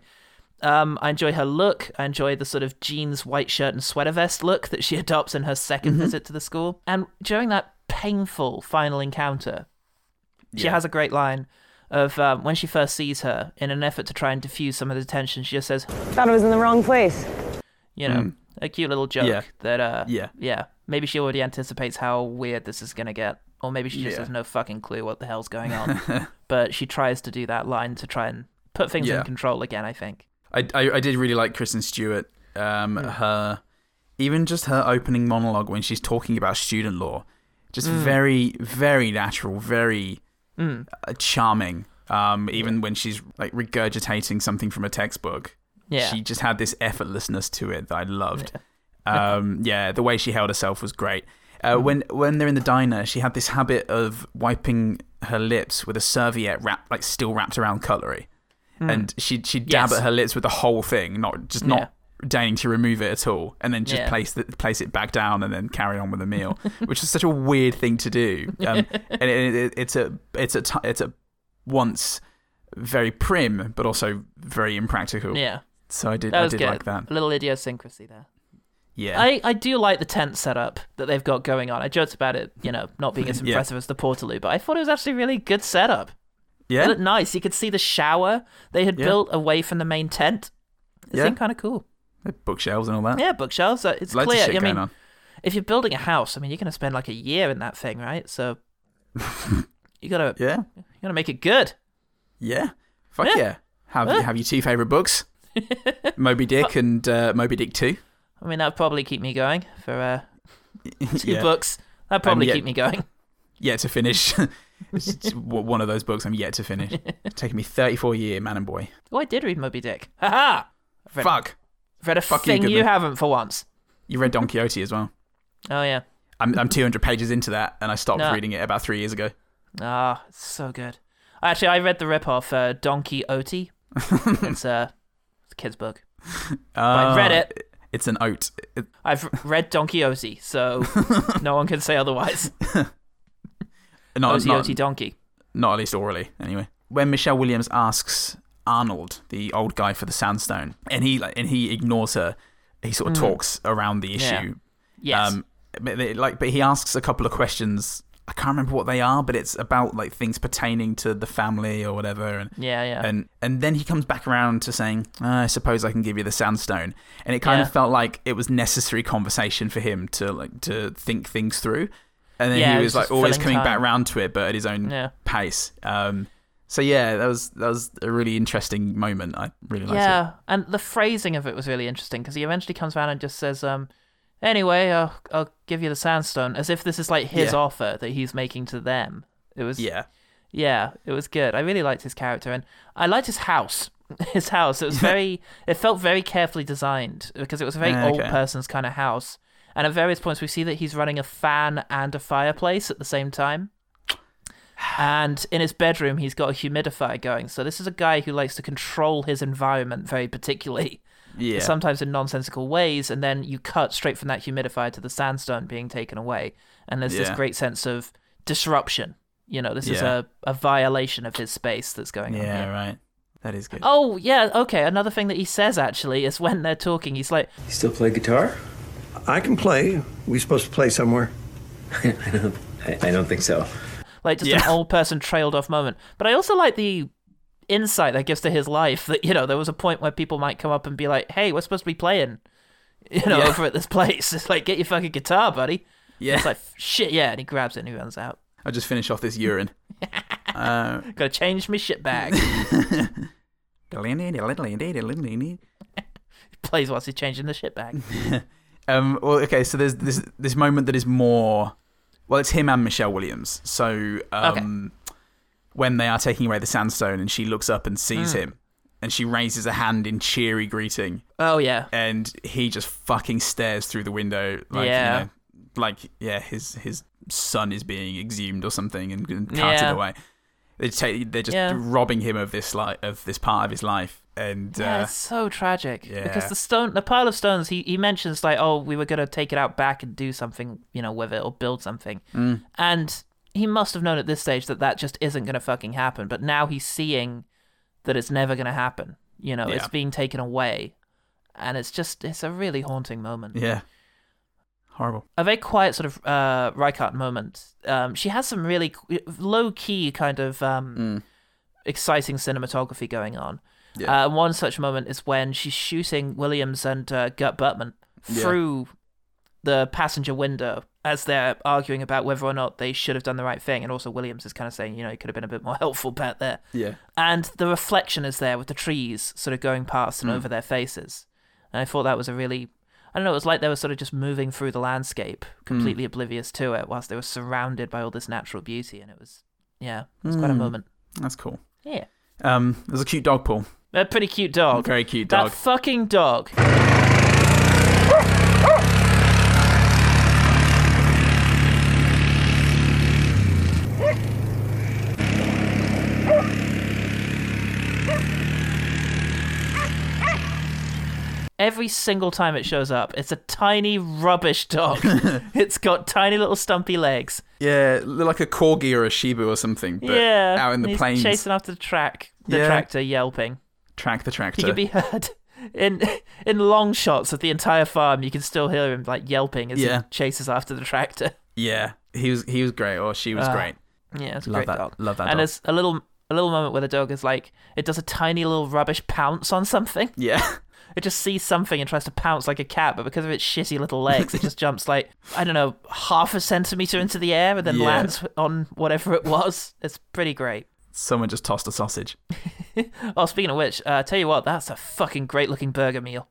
Speaker 1: Um, I enjoy her look. I enjoy the sort of jeans, white shirt, and sweater vest look that she adopts in her 2nd
Speaker 2: Mhm.
Speaker 1: visit to the school. And during that painful final encounter, she
Speaker 2: Yeah.
Speaker 1: has a great line of um, when she first sees her, in an effort to try and diffuse some of the tension, she just says,
Speaker 18: Thought I was in the wrong place.
Speaker 1: you
Speaker 2: Hmm.
Speaker 1: know,
Speaker 18: Mm.
Speaker 1: a cute little joke
Speaker 18: Yeah.
Speaker 1: that uh
Speaker 18: Yeah.
Speaker 1: yeah. Maybe she already anticipates how weird this is gonna get. Or maybe she just
Speaker 2: Yeah.
Speaker 1: has no fucking clue what the hell's going on. but she tries to do that line to try and put things
Speaker 2: Yeah.
Speaker 1: in control again, I think.
Speaker 2: I, I, I did really like Kristen Stewart. Um, Her, even just her opening monologue when she's talking about student law, just
Speaker 1: Mm.
Speaker 2: very, very natural, very
Speaker 1: Mm.
Speaker 2: uh, charming. Um, even when she's like regurgitating something from a textbook,
Speaker 1: Yeah.
Speaker 2: she just had this effortlessness to it that I loved. um, yeah, the way she held herself was great. Uh,
Speaker 1: Mm.
Speaker 2: When when they're in the diner, she had this habit of wiping her lips with a serviette wrapped like still wrapped around cutlery,
Speaker 1: Mm.
Speaker 2: and she she dab
Speaker 1: Yes.
Speaker 2: at her lips with the whole thing, not just not deigning to remove it at all, and then just
Speaker 1: Yeah.
Speaker 2: place the, place it back down and then carry on with the meal, which is such a weird thing to do. Um, and it, it, it's a it's a t- it's a once very prim but also very impractical.
Speaker 1: Yeah.
Speaker 2: So I did
Speaker 1: that
Speaker 2: I
Speaker 1: was
Speaker 2: did
Speaker 1: good.
Speaker 2: like that.
Speaker 1: A little idiosyncrasy there.
Speaker 2: Yeah.
Speaker 1: I, I do like the tent setup that they've got going on. I joked about it, you know, not being as
Speaker 2: Yeah.
Speaker 1: impressive as the Portaloo, but I thought it was actually a really good setup. Yeah. It looked nice. You could see the shower they had
Speaker 2: Yeah.
Speaker 1: built away from the main tent. It
Speaker 2: Yeah.
Speaker 1: seemed kind of cool.
Speaker 2: Bookshelves and all that.
Speaker 1: Yeah, bookshelves. uh, It's
Speaker 2: Loads of
Speaker 1: clear.
Speaker 2: shit
Speaker 1: I mean,
Speaker 2: going on.
Speaker 1: if you're building a house, I mean, you're going to spend like a year in that thing, right? So you got to
Speaker 2: yeah,
Speaker 1: you got to make it good.
Speaker 2: Yeah. Fuck
Speaker 1: Yeah.
Speaker 2: yeah. Have
Speaker 1: Yeah.
Speaker 2: have your two favorite books, Moby Dick and uh, Moby Dick Two.
Speaker 1: I mean, that'd probably keep me going for uh, two
Speaker 2: Yeah.
Speaker 1: books. That'd
Speaker 2: I'm
Speaker 1: probably
Speaker 2: yet-
Speaker 1: keep me going.
Speaker 2: Yet to finish. it's it's w- one of those books I'm yet to finish. It's taken me 34 year, man and boy.
Speaker 1: Oh, I did read Moby Dick. Ha ha! I've read-
Speaker 2: Fuck.
Speaker 1: I've read a
Speaker 2: Fuck you,
Speaker 1: thing you
Speaker 2: Goodman.
Speaker 1: haven't for once.
Speaker 2: You read Don Quixote as well.
Speaker 1: Oh yeah.
Speaker 2: I'm I'm 200 pages into that, and I stopped
Speaker 1: No.
Speaker 2: reading it about three years ago.
Speaker 1: Ah, it's so good. Actually, I read the ripoff uh, Donkey Oti. it's uh, it's a kid's book. I read
Speaker 2: Ah,
Speaker 1: it.
Speaker 2: It's an oat. It-
Speaker 1: I've read Don Quixote, so no one can say otherwise.
Speaker 2: not,
Speaker 1: Oti
Speaker 2: not,
Speaker 1: Oti Donkey.
Speaker 2: not at least orally, anyway. When Michelle Williams asks Arnold, the old guy for the sandstone, and he like, and he ignores her, he sort of
Speaker 1: Mm.
Speaker 2: talks around the
Speaker 1: Yeah.
Speaker 2: issue. Um,
Speaker 1: Yes.
Speaker 2: but they, like, but he asks a couple of questions. I can't remember what they are, but it's about like things pertaining to the family or whatever. And
Speaker 1: Yeah, yeah.
Speaker 2: and and then he comes back around to saying, "Ah, "I suppose I can give you the sandstone." And it kind
Speaker 1: Yeah.
Speaker 2: of felt like it was necessary conversation for him to like to think things through. And then
Speaker 1: Yeah, it
Speaker 2: he
Speaker 1: was
Speaker 2: was
Speaker 1: just
Speaker 2: like always
Speaker 1: filling
Speaker 2: coming back
Speaker 1: time.
Speaker 2: round to it, but at his own
Speaker 1: Yeah.
Speaker 2: pace. Um, so yeah, that was that was a really interesting moment. I really liked it.
Speaker 1: yeah, and the phrasing of it was really interesting because he eventually comes around and just says, um, "Anyway, I'll, I'll give you the sandstone," as if this is like his
Speaker 2: Yeah.
Speaker 1: offer that he's making to them. It was
Speaker 2: Yeah.
Speaker 1: yeah, it was good. I really liked his character, and I liked his house. His house. It was very. it felt very carefully designed because it was a very
Speaker 2: Ah,
Speaker 1: old
Speaker 2: okay.
Speaker 1: person's kind of house. And at various points, we see that he's running a fan and a fireplace at the same time. And in his bedroom, he's got a humidifier going. So this is a guy who likes to control his environment very particularly.
Speaker 2: Yeah.
Speaker 1: Sometimes in nonsensical ways, and then you cut straight from that humidifier to the sandstone being taken away, and there's this
Speaker 2: Yeah.
Speaker 1: great sense of disruption. You know, this is
Speaker 2: Yeah.
Speaker 1: a, a violation of his space that's going on.
Speaker 2: Yeah,
Speaker 1: here.
Speaker 2: right. That is good.
Speaker 1: Oh yeah, okay. Another thing that he says actually is when they're talking, he's like,
Speaker 18: You still play guitar? I can play. We supposed to play somewhere. I don't. I don't think so.
Speaker 1: like just an
Speaker 18: Yeah.
Speaker 1: old person trailed off moment. But I also like the insight that gives to his life that you know there was a point where people might come up and be like, "Hey, we're supposed to be playing," you know,
Speaker 2: Yeah.
Speaker 1: over at this place. It's like, get your fucking guitar, buddy.
Speaker 2: Yeah.
Speaker 1: It's like shit. Yeah, and he grabs it and he runs out.
Speaker 2: I'll just finish off this urine. uh,
Speaker 1: Gotta change my shit bag. Plays whilst he's changing the shit bag.
Speaker 2: um, well, okay, so there's this this moment that is more. Well, it's him and Michelle Williams. So um, when they are taking away the sandstone, and she looks up and sees
Speaker 1: Mm.
Speaker 2: him, and she raises a hand in cheery greeting,
Speaker 1: Oh yeah.
Speaker 2: and he just fucking stares through the window, like
Speaker 1: Yeah.
Speaker 2: you know, like yeah, his his son is being exhumed or something and, and carted
Speaker 1: Yeah.
Speaker 2: away. They take, they're just
Speaker 1: Yeah.
Speaker 2: robbing him of this li- of this part of his life, and
Speaker 1: Yeah,
Speaker 2: uh,
Speaker 1: it's so tragic. Because
Speaker 2: yeah.
Speaker 1: the stone, the pile of stones, he, he mentions like, oh, we were gonna take it out back and do something, you know, with it or build something.
Speaker 2: Mm.
Speaker 1: And he must have known at this stage that that just isn't gonna fucking happen. But now he's seeing that it's never gonna happen. You know, it's
Speaker 2: Yeah.
Speaker 1: being taken away, and it's just it's a really haunting moment.
Speaker 2: yeah, horrible.
Speaker 1: a very quiet sort of uh, Reichardt moment. Um, she has some really low key kind of um, exciting cinematography going on.
Speaker 2: Mm. Yeah.
Speaker 1: Uh, one such moment is when she's shooting Williams and uh, Gert Burtman
Speaker 2: Yeah.
Speaker 1: through the passenger window as they're arguing about whether or not they should have done the right thing. And also, Williams is kind of saying, you know, you could have been a bit more helpful back there.
Speaker 2: Yeah.
Speaker 1: And the reflection is there with the trees sort of going past and
Speaker 2: Mm.
Speaker 1: over their faces. And I thought that was a really, I don't know, it was like they were sort of just moving through the landscape, completely oblivious to it, whilst they were surrounded by all this natural beauty. And it was, yeah, it was quite a
Speaker 2: Mm.
Speaker 1: moment.
Speaker 2: That's cool.
Speaker 1: Yeah.
Speaker 2: Um, there's a cute dog, Paul.
Speaker 1: A pretty cute dog.
Speaker 2: Very cute
Speaker 1: That
Speaker 2: dog.
Speaker 1: fucking dog. Every single time it shows up, it's a tiny rubbish dog. it's got tiny little stumpy legs.
Speaker 2: Yeah, look like a corgi or a shiba or something, but
Speaker 1: yeah,
Speaker 2: out in
Speaker 1: and
Speaker 2: the
Speaker 1: he's
Speaker 2: plains.
Speaker 1: chasing after the track, the
Speaker 2: Yeah.
Speaker 1: tractor yelping.
Speaker 2: Track the tractor.
Speaker 1: He can be heard in in long shots of the entire farm. You can still hear him like yelping as
Speaker 2: Yeah.
Speaker 1: he chases after the tractor.
Speaker 2: yeah, he was he was great, or she was
Speaker 1: Ah,
Speaker 2: great.
Speaker 1: Yeah, it's a
Speaker 2: love
Speaker 1: great
Speaker 2: that.
Speaker 1: dog.
Speaker 2: Love that.
Speaker 1: and
Speaker 2: dog.
Speaker 1: there's a little a little moment where the dog is like, it does a tiny little rubbish pounce on something.
Speaker 2: Yeah.
Speaker 1: It just sees something and tries to pounce like a cat, but because of its shitty little legs, it just jumps like, I don't know, half a centimeter into the air and then
Speaker 2: Yeah.
Speaker 1: lands on whatever it was. It's pretty great.
Speaker 2: Someone just tossed a sausage.
Speaker 1: Oh, speaking of which, uh, tell you what, that's a fucking great looking burger meal.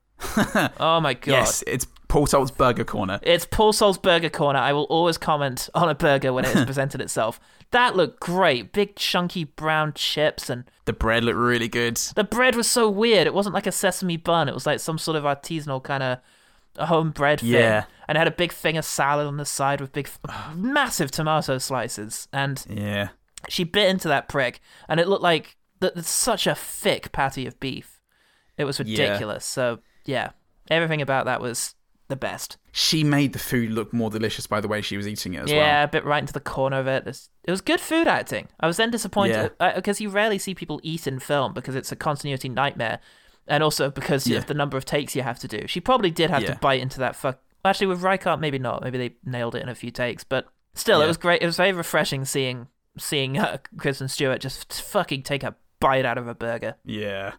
Speaker 1: oh my god.
Speaker 2: Yes, it's Paul Salt's Burger Corner.
Speaker 1: It's Paul Sol's Burger Corner. I will always comment on a burger when it has presented itself. That looked great. Big, chunky brown chips, and
Speaker 2: The bread looked really good.
Speaker 1: the bread was so weird. It wasn't like a sesame bun, it was like some sort of artisanal kind of home bread thing.
Speaker 2: Yeah.
Speaker 1: And it had a big thing of salad on the side with big, massive tomato slices. And
Speaker 2: Yeah.
Speaker 1: she bit into that prick, and it looked like th- th- such a thick patty of beef. It was
Speaker 2: Yeah.
Speaker 1: ridiculous. So, yeah, everything about that was the best.
Speaker 2: She made the food look more delicious by the way she was eating it as
Speaker 1: yeah, a bit right into the corner of it. It's- It was good food acting. I was then disappointed because you rarely see people eat in film because it's a continuity nightmare, and also because
Speaker 2: Yeah.
Speaker 1: of the number of takes you have to do. She probably did have
Speaker 2: Yeah.
Speaker 1: to bite into that fuck. Actually, with Reichardt, maybe not. Maybe they nailed it in a few takes, but still,
Speaker 2: Yeah.
Speaker 1: it was great. It was very refreshing seeing seeing uh, Kristen Stewart just fucking take a bite out of a burger.
Speaker 2: well. Yeah.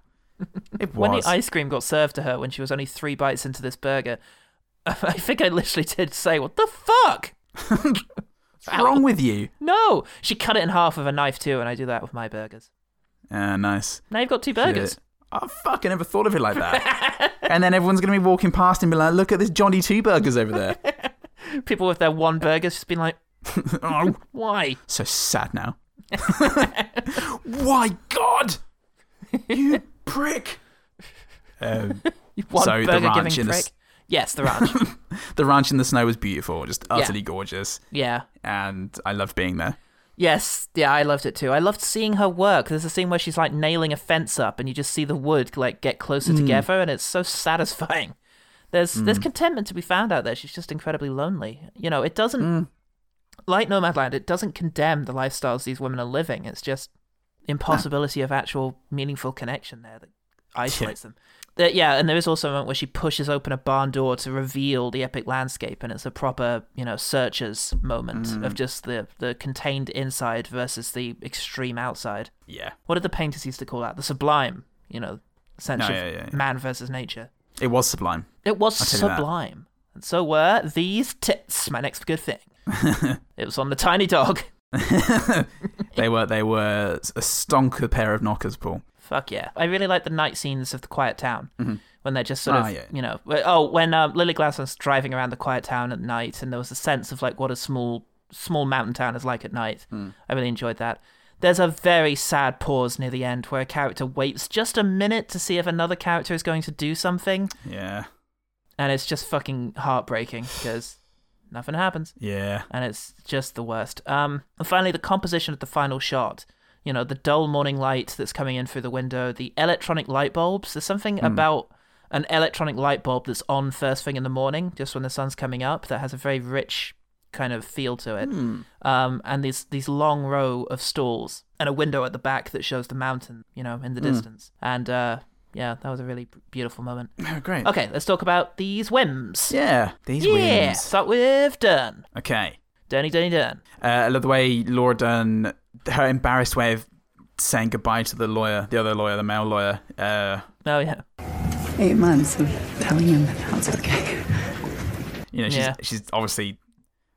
Speaker 2: It
Speaker 1: When
Speaker 2: was.
Speaker 1: the ice cream got served to her when she was only three bites into this burger, I think I literally did say, "What the fuck."
Speaker 2: What's wrong with you?
Speaker 1: No, she cut it in half with a knife too, and I do that with my burgers.
Speaker 2: Ah, nice.
Speaker 1: Now you've got two burgers.
Speaker 2: Shit. I fucking never thought of it like that. and then everyone's going to be walking past and be like, look at this Johnny Two Burgers over there.
Speaker 1: People with their one burgers just been like,
Speaker 2: oh,
Speaker 1: why?
Speaker 2: so sad now. Why, God? You prick. Um,
Speaker 1: One
Speaker 2: so the
Speaker 1: burger
Speaker 2: ranch
Speaker 1: giving
Speaker 2: in the,
Speaker 1: prick.
Speaker 2: s-
Speaker 1: Yes, the ranch.
Speaker 2: the ranch in the snow was beautiful, just
Speaker 1: Yeah.
Speaker 2: utterly gorgeous.
Speaker 1: yeah.
Speaker 2: And I loved being there.
Speaker 1: Yes, yeah, I loved it too. I loved seeing her work. There's a scene where she's like nailing a fence up, and you just see the wood like get closer
Speaker 2: Mm.
Speaker 1: together, and it's so satisfying. There's there's
Speaker 2: Mm.
Speaker 1: contentment to be found out there. She's just incredibly lonely. You know, it doesn't
Speaker 2: Hmm.
Speaker 1: like Nomadland. It doesn't condemn the lifestyles these women are living. It's just impossibility of actual meaningful connection there that isolates them. There- yeah, and there is also a moment where she pushes open a barn door to reveal the epic landscape, and it's a proper, you know, searchers moment
Speaker 2: Mm.
Speaker 1: of just the the contained inside versus the extreme outside.
Speaker 2: Yeah.
Speaker 1: What did the painters used to call that? The sublime, you know, sense
Speaker 2: No,
Speaker 1: of
Speaker 2: yeah, yeah, yeah.
Speaker 1: man versus nature.
Speaker 2: It was sublime.
Speaker 1: It was
Speaker 2: I'll tell you that.
Speaker 1: sublime. And so were these tits, my next good thing. it was on the tiny dog.
Speaker 2: They were they were a stonker pair of knockers, Paul.
Speaker 1: Fuck yeah. I really like the night scenes of The Quiet Town
Speaker 2: Mhm.
Speaker 1: when they're just sort
Speaker 2: Ah,
Speaker 1: of,
Speaker 2: yeah.
Speaker 1: you know, wh- oh, when um, Lily Glaston's driving around The Quiet Town at night and there was a sense of like what a small, small mountain town is like at night.
Speaker 2: Hmm.
Speaker 1: I really enjoyed that. There's a very sad pause near the end where a character waits just a minute to see if another character is going to do something.
Speaker 2: Yeah.
Speaker 1: And it's just fucking heartbreaking because nothing happens
Speaker 2: Yeah.
Speaker 1: and it's just the worst. Um, and finally, the composition of the final shot. You know, the dull morning light that's coming in through the window, the electronic light bulbs. There's something
Speaker 2: Hmm.
Speaker 1: about an electronic light bulb that's on first thing in the morning, just when the sun's coming up, that has a very rich kind of feel to it.
Speaker 2: Hmm.
Speaker 1: Um, and these these long row of stalls and a window at the back that shows the mountain, you know, in the
Speaker 2: Hmm.
Speaker 1: distance. And uh, yeah, that was a really b- beautiful moment.
Speaker 2: Oh, great.
Speaker 1: Okay, let's talk about these whims.
Speaker 2: Yeah. These
Speaker 1: yeah,
Speaker 2: wins.
Speaker 1: start with Dern.
Speaker 2: Okay.
Speaker 1: Derny, Derny, Dern.
Speaker 2: Uh, I love the way Laura Dern, her embarrassed way of saying goodbye to the lawyer, the other lawyer, the male lawyer. Uh,
Speaker 1: Oh, yeah.
Speaker 19: Eight months of telling him that I was okay.
Speaker 2: you know, she's
Speaker 19: Yeah.
Speaker 2: she's obviously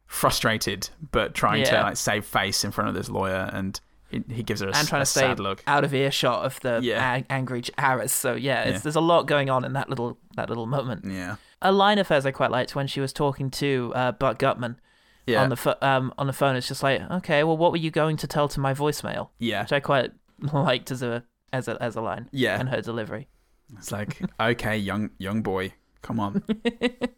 Speaker 2: frustrated, but trying to
Speaker 1: Yeah.
Speaker 2: like save face in front of this lawyer, and he, he gives her a,
Speaker 1: and
Speaker 2: s-
Speaker 1: trying
Speaker 2: a
Speaker 1: to stay
Speaker 2: sad look.
Speaker 1: out of earshot of the
Speaker 2: Yeah.
Speaker 1: ang- angry ch- Harris. So yeah, it's,
Speaker 2: Yeah.
Speaker 1: there's a lot going on in that little that little moment.
Speaker 2: Yeah.
Speaker 1: A line of hers I quite liked when she was talking to uh, Buck Gutman
Speaker 2: Yeah.
Speaker 1: on the pho- um on the phone. It's just like, okay, well, what were you going to tell to my voicemail?
Speaker 2: Yeah.
Speaker 1: which I quite liked as a as a as a line.
Speaker 2: Yeah.
Speaker 1: and her delivery.
Speaker 2: It's like, okay, young young boy, come on,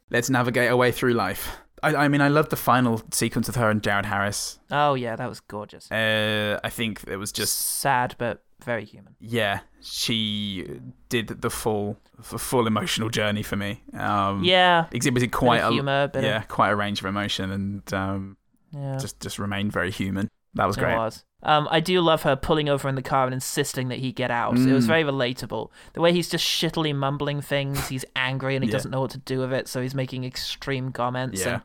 Speaker 2: let's navigate our way through life. I, I mean, I love the final sequence with her and Jared Harris.
Speaker 1: Oh yeah, that was gorgeous.
Speaker 2: Uh, I think it was just
Speaker 1: sad but very human.
Speaker 2: yeah, she did the full the full emotional journey for me. Um,
Speaker 1: Yeah.
Speaker 2: exhibited
Speaker 1: Bit of
Speaker 2: quite
Speaker 1: humour,
Speaker 2: a
Speaker 1: bit of-
Speaker 2: yeah, quite a range of emotion, and um,
Speaker 1: Yeah.
Speaker 2: just just remained very human. That was
Speaker 1: It
Speaker 2: great.
Speaker 1: was. Um, I do love her pulling over in the car and insisting that he get out. It was
Speaker 2: Mm.
Speaker 1: very relatable. The way he's just shittily mumbling things, he's angry and he
Speaker 2: Yeah.
Speaker 1: doesn't know what to do with it, so he's making extreme comments.
Speaker 2: Yeah.
Speaker 1: And,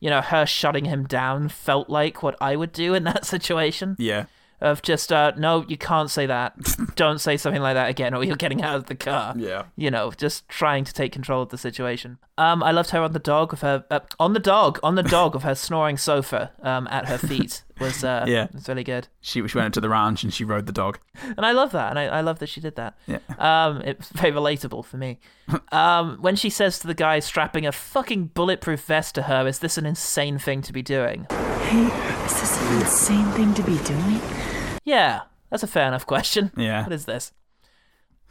Speaker 1: you know, her shutting him down felt like what I would do in that situation.
Speaker 2: Yeah,
Speaker 1: of just uh, no, you can't say that. Don't say something like that again, or you're getting out of the car.
Speaker 2: Yeah.
Speaker 1: you know, just trying to take control of the situation. Um, I loved her on the dog of her uh, on the dog on the dog of her snoring sofa um, at her feet was uh,
Speaker 2: Yeah.
Speaker 1: was really good.
Speaker 2: She, she went into the ranch and she rode the dog.
Speaker 1: And I love that, and I, I love that she did that.
Speaker 2: Yeah.
Speaker 1: Um, it's very relatable for me. um, when she says to the guy strapping a fucking bulletproof vest to her, "Is this an insane thing to be doing?"
Speaker 16: Hey, is this an insane thing to be doing?
Speaker 1: Yeah, that's a fair enough question.
Speaker 2: Yeah.
Speaker 1: What is this?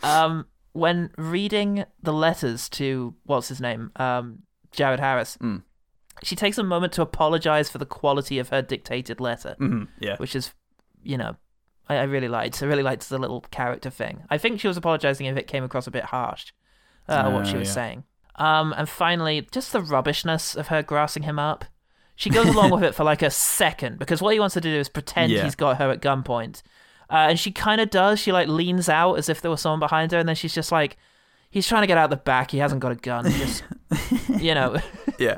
Speaker 1: Um, when reading the letters to what's his name, um, Jared Harris,
Speaker 2: Mm,
Speaker 1: she takes a moment to apologize for the quality of her dictated letter.
Speaker 2: Mhm, yeah.
Speaker 1: Which is, you know, I, I really liked. I really liked the little character thing. I think she was apologizing if it came across a bit harsh, uh,
Speaker 2: Oh,
Speaker 1: what she was
Speaker 2: yeah.
Speaker 1: saying. Um, and finally, just the rubbishness of her grassing him up. She goes along with it for like a second because what he wants her to do is pretend
Speaker 2: Yeah.
Speaker 1: he's got her at gunpoint. Uh, and she kind of does. She like leans out as if there was someone behind her, and then she's just like, he's trying to get out the back. He hasn't got a gun. Just, you know,
Speaker 2: Yeah.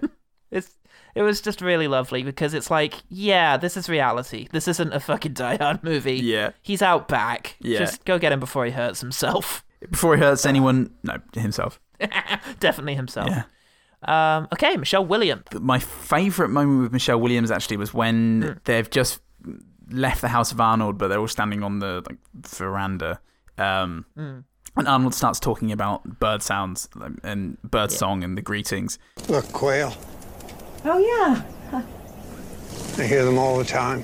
Speaker 1: it's it was just really lovely because it's like, yeah, this is reality. This isn't a fucking Die Hard movie.
Speaker 2: Yeah.
Speaker 1: he's out back.
Speaker 2: Yeah.
Speaker 1: just go get him before he hurts himself.
Speaker 2: Before he hurts anyone, no, himself.
Speaker 1: Definitely himself. Um, okay, Michelle Williams.
Speaker 2: My favorite moment with Michelle Williams actually was when
Speaker 1: Hmm.
Speaker 2: they've just left the house of Arnold, but they're all standing on the like veranda. Um,
Speaker 1: Mm.
Speaker 2: And Arnold starts talking about bird sounds like, and bird
Speaker 6: Yeah.
Speaker 2: song and the greetings.
Speaker 6: Look, quail.
Speaker 12: Oh, yeah.
Speaker 6: I hear them all the time.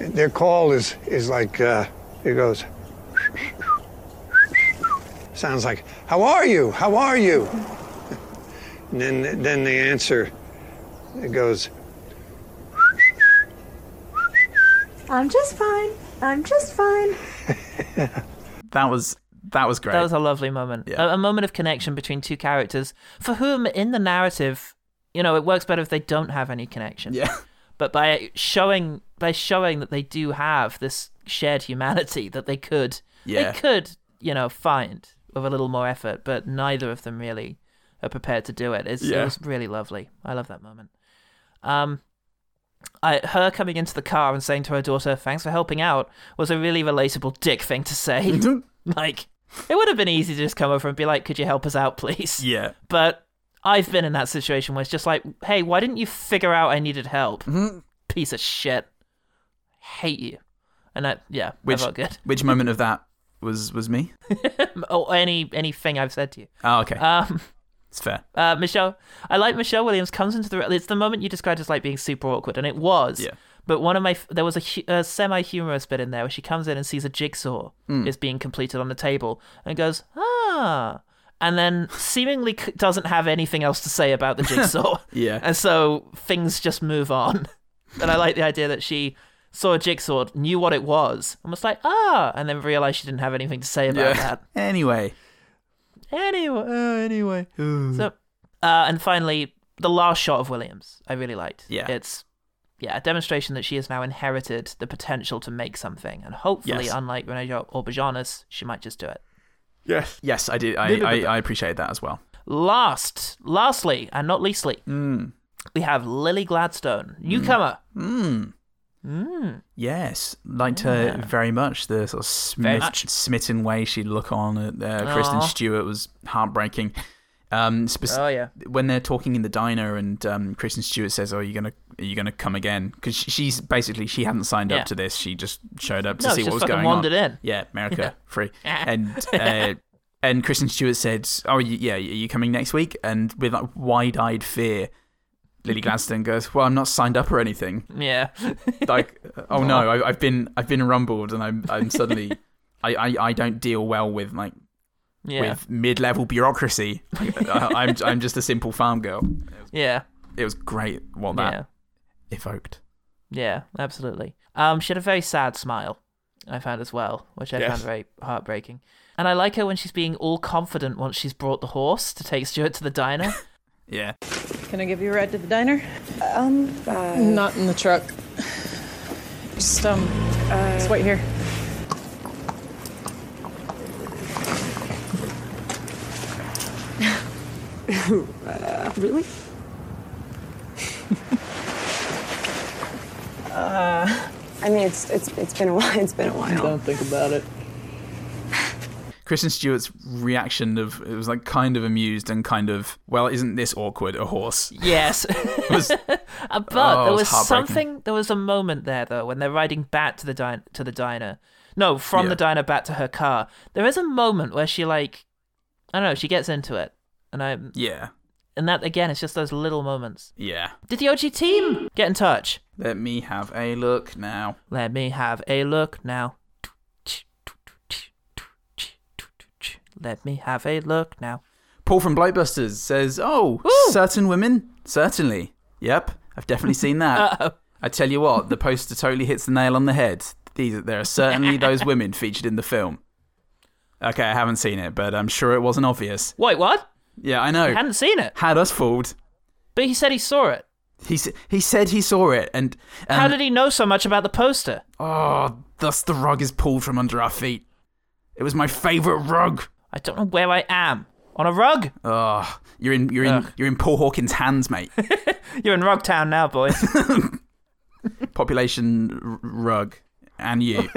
Speaker 6: Their call is is like uh, it goes. Sounds like, "How are you? How are you?" And then then the answer, it goes,
Speaker 12: I'm just fine. I'm just fine.
Speaker 2: That was that was great.
Speaker 1: That was a lovely moment. A, a moment of connection between two characters for whom, in the narrative, you know, it works better if they don't have any connection.
Speaker 2: Yeah.
Speaker 1: But by showing by showing that they do have this shared humanity that they could
Speaker 2: Yeah.
Speaker 1: they could you know find with a little more effort, but neither of them really are prepared to do it. It's, It
Speaker 2: Yeah.
Speaker 1: was really lovely. I love that moment. Um, I, her coming into the car and saying to her daughter, "Thanks for helping out," was a really relatable dick thing to say. like, it would have been easy to just come over and be like, "Could you help us out, please?"
Speaker 2: Yeah.
Speaker 1: But I've been in that situation where it's just like, "Hey, why didn't you figure out I needed help?"
Speaker 2: Mm-hmm.
Speaker 1: Piece of shit. Hate you. And that, yeah,
Speaker 2: Which
Speaker 1: I felt good.
Speaker 2: which moment of that was was me?
Speaker 1: oh, any anything I've said to you.
Speaker 2: Oh, okay.
Speaker 1: Um,
Speaker 2: it's fair.
Speaker 1: Uh, Michelle, I like Michelle Williams comes into the. It's the moment you described as like being super awkward, and it was.
Speaker 2: Yeah.
Speaker 1: But one of my f- there was a, hu- a semi humorous bit in there where she comes in and sees a jigsaw
Speaker 2: Mm.
Speaker 1: is being completed on the table and goes ah, and then seemingly c- doesn't have anything else to say about the jigsaw.
Speaker 2: Yeah.
Speaker 1: And so things just move on. And I like the idea that she saw a jigsaw, knew what it was, and was like ah, and then realized she didn't have anything to say about that.
Speaker 2: Anyway.
Speaker 1: Anyway, anyway. So, uh, and finally, the last shot of Williams, I really liked.
Speaker 2: Yeah.
Speaker 1: it's yeah, a demonstration that she has now inherited the potential to make something, and hopefully,
Speaker 2: Yes.
Speaker 1: unlike Renee Jo- Auberjonis, she might just do it.
Speaker 2: Yes. Yes, I did. I, I, I appreciate that as well.
Speaker 1: Last, lastly, and not leastly,
Speaker 2: Hmm.
Speaker 1: we have Lily Gladstone, newcomer.
Speaker 2: Mm.
Speaker 1: Mm.
Speaker 2: Yes, liked her
Speaker 1: Yeah.
Speaker 2: very much. The sort of
Speaker 1: Very
Speaker 2: smit-
Speaker 1: much.
Speaker 2: smitten way she'd look on at uh, Kristen
Speaker 1: Aw.
Speaker 2: Stewart was heartbreaking. Um, spec-
Speaker 1: Oh, yeah.
Speaker 2: When they're talking in the diner and um, Kristen Stewart says, "Oh, you're gonna, are you gonna come again?" Because she's basically she hadn't signed
Speaker 1: Yeah.
Speaker 2: up to this. She just showed up to
Speaker 1: No,
Speaker 2: see
Speaker 1: she
Speaker 2: what
Speaker 1: just
Speaker 2: was
Speaker 1: fucking
Speaker 2: going
Speaker 1: wandered
Speaker 2: on.
Speaker 1: in.
Speaker 2: Yeah, America free. And uh, and Kristen Stewart said, "Oh, y- yeah, are you coming next week?" And with like, wide-eyed fear, Lily Gladstone goes, "Well, I'm not signed up or anything."
Speaker 1: Yeah.
Speaker 2: like oh no I, i've been i've been rumbled and i'm i'm suddenly I, I i don't deal well with like
Speaker 1: Yeah.
Speaker 2: with mid-level bureaucracy Like, I, i'm i'm just a simple farm girl
Speaker 1: yeah.
Speaker 2: it was great what that
Speaker 1: Yeah.
Speaker 2: evoked
Speaker 1: Yeah, absolutely. Um, she had a very sad smile, I found as well, which I found very heartbreaking. And I like her when she's being all confident once she's brought the horse to take Stuart to the diner.
Speaker 2: yeah.
Speaker 4: Can I give you a ride to the diner?
Speaker 3: Um,
Speaker 4: Not in the truck. Just, um, just wait here.
Speaker 3: uh, really?
Speaker 4: Uh,
Speaker 12: I mean, it's it's it's been a while. It's been a while.
Speaker 20: Don't think about it.
Speaker 2: Kristen Stewart's reaction of it was like kind of amused and kind of well, isn't this awkward? A horse.
Speaker 1: Yes.
Speaker 2: was-
Speaker 1: Uh, but
Speaker 2: Oh,
Speaker 1: there
Speaker 2: it was
Speaker 1: was
Speaker 2: heartbreaking.
Speaker 1: something. There was a moment there though when they're riding back to the din- to the diner. No, from
Speaker 2: Yeah.
Speaker 1: the diner back to her car. There is a moment where she like, I don't know. She gets into it, and I
Speaker 2: yeah,
Speaker 1: and that again is just those little moments.
Speaker 2: yeah.
Speaker 1: Did the OG team get in touch?
Speaker 2: Let me have a look now.
Speaker 1: Let me have a look now. Let me have a look now.
Speaker 2: Paul from Blightbusters says, "Oh, certain women, certainly. Yep, I've definitely seen that. I tell you what, the poster totally hits the nail on the head. These, there are certainly those women featured in the film. Okay, I haven't seen it, but I'm sure it wasn't obvious.
Speaker 1: Wait, what?
Speaker 2: Yeah, I know.
Speaker 1: He hadn't seen it.
Speaker 2: Had us fooled.
Speaker 1: But he said he saw it.
Speaker 2: He s- he said he saw it, and, and
Speaker 1: How did he know so much about the poster?
Speaker 2: Oh, thus the rug is pulled from under our feet. It was my favorite rug.
Speaker 1: I don't know where I am. On a rug?
Speaker 2: Oh, you're in you're in you're in Paul Hawkins' hands, mate.
Speaker 1: You're in Rugtown now, boy.
Speaker 2: Population r- rug and you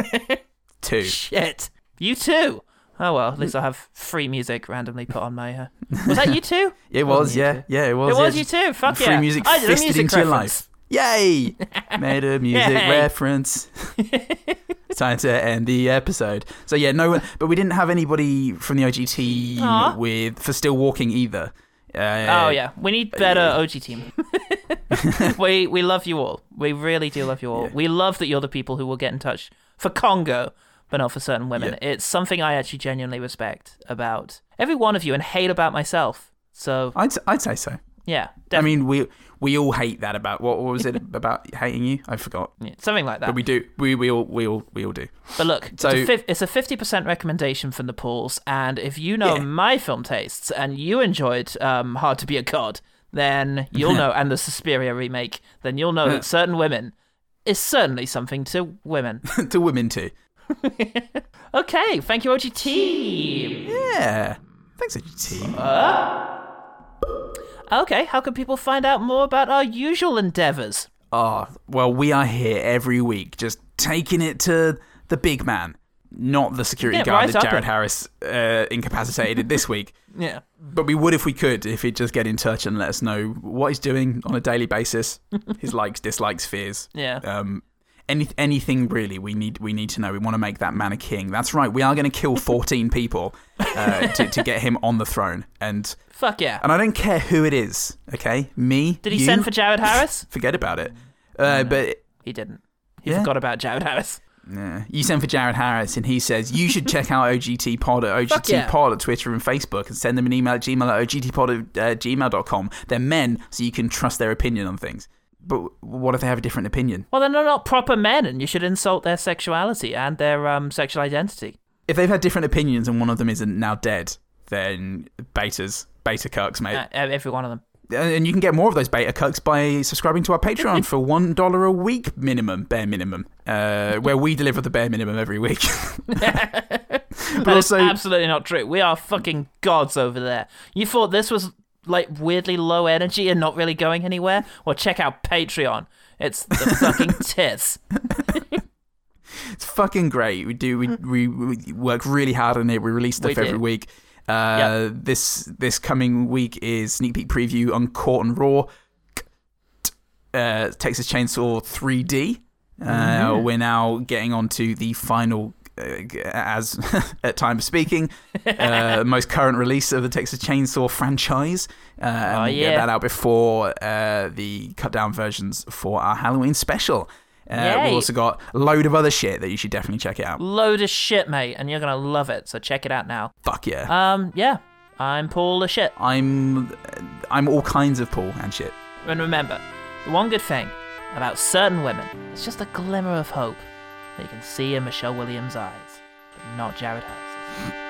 Speaker 2: two.
Speaker 1: Shit. You too. Oh well, at least I have free music randomly put on my. Uh... Was that you too?
Speaker 2: It was, yeah, yeah, it was.
Speaker 1: It was
Speaker 2: yeah.
Speaker 1: you too. Fuck
Speaker 2: Free
Speaker 1: yeah.
Speaker 2: music
Speaker 1: I did a
Speaker 2: fisted
Speaker 1: music
Speaker 2: into your
Speaker 1: reference.
Speaker 2: life. Yay! Made a music
Speaker 1: Yay.
Speaker 2: reference. it's time to end the episode. So yeah, no one, but we didn't have anybody from the OGT
Speaker 1: Aw.
Speaker 2: with for still walking either. Uh,
Speaker 1: oh yeah, we need better OG team. we we love you all. We really do love you all. We love that you're the people who will get in touch for Congo, but not for certain women. It's something I actually genuinely respect about every one of you and hate about myself. So
Speaker 2: I'd I'd say so.
Speaker 1: yeah,
Speaker 2: I mean, we we all hate that about what, what was it about hating you? I forgot.
Speaker 1: something like that.
Speaker 2: But we do. We we all we all we all do.
Speaker 1: But look,
Speaker 2: So-
Speaker 1: it's, a fif- it's a 50% recommendation from the pools. And if you know my film tastes and you enjoyed um, Hard to Be a God, then you'll know, and the Suspiria remake, then you'll know that certain women is certainly something to women.
Speaker 2: to women too.
Speaker 1: Okay, thank you, OGT.
Speaker 2: Yeah. Thanks, OGT.
Speaker 1: Okay, how can people find out more about our usual endeavors?
Speaker 2: Ah, well, we are here every week, just taking it to the big man, not the security
Speaker 1: Yeah,
Speaker 2: guard
Speaker 1: rise
Speaker 2: that
Speaker 1: up
Speaker 2: Jared
Speaker 1: and-
Speaker 2: Harris uh, incapacitated this week.
Speaker 1: Yeah.
Speaker 2: But we would if we could, if he'd just get in touch and let us know what he's doing on a daily basis, his likes, dislikes, fears.
Speaker 1: Yeah.
Speaker 2: Um, any, anything really, we need we need to know. We want to make that man a king. That's right. We are going to kill fourteen people uh, to, to get him on the throne. And
Speaker 1: Fuck yeah.
Speaker 2: and I don't care who it is. Okay, me.
Speaker 1: Did he
Speaker 2: you,
Speaker 1: send for Jared Harris?
Speaker 2: Forget about it. Uh, but
Speaker 1: he didn't. He forgot about Jared Harris.
Speaker 2: Nah. You send for Jared Harris, and he says you should check out OGT Pod at
Speaker 1: Fuck
Speaker 2: OGT
Speaker 1: yeah.
Speaker 2: Pod at Twitter and Facebook, and send them an email at gmail at ogtpod at uh, gmail.com. They're men, so you can trust their opinion on things. But what if they have a different opinion?
Speaker 1: Well, then they're not proper men, and you should insult their sexuality and their um, sexual identity.
Speaker 2: If they've had different opinions and one of them isn't now dead, then betas, beta cucks, mate.
Speaker 1: Uh, every one of them.
Speaker 2: And and you can get more of those beta cucks by subscribing to our Patreon for one dollar a week minimum, bare minimum, uh, where we deliver the bare minimum every week.
Speaker 1: That is
Speaker 2: also-
Speaker 1: absolutely not true. We are fucking gods over there. You thought this was like weirdly low energy and not really going anywhere? Well, check out Patreon. It's the fucking tits.
Speaker 2: It's fucking great. We do. We we, we work really hard on it. We release stuff
Speaker 1: Hmm. We do.
Speaker 2: every week. Uh, This this coming week is sneak peek preview on Court and Raw, uh, Texas Chainsaw 3D. Uh,
Speaker 1: Mhm.
Speaker 2: We're now getting on to the final, uh, as at time of speaking, uh, most current release of the Texas Chainsaw franchise. Uh, and
Speaker 1: Oh,
Speaker 2: we'll get
Speaker 1: yeah.
Speaker 2: that out before uh, the cut down versions for our Halloween special. Uh,
Speaker 1: Yay.
Speaker 2: we've also got a load of other shit that you should definitely check it out.
Speaker 1: Load of shit, mate, and you're gonna love it. So check it out now.
Speaker 2: Fuck yeah.
Speaker 1: Um, yeah, I'm Paul the shit.
Speaker 2: I'm I'm all kinds of Paul and shit.
Speaker 1: And remember, the one good thing about certain women is just a glimmer of hope that you can see in Michelle Williams' eyes, but not Jared Harris's.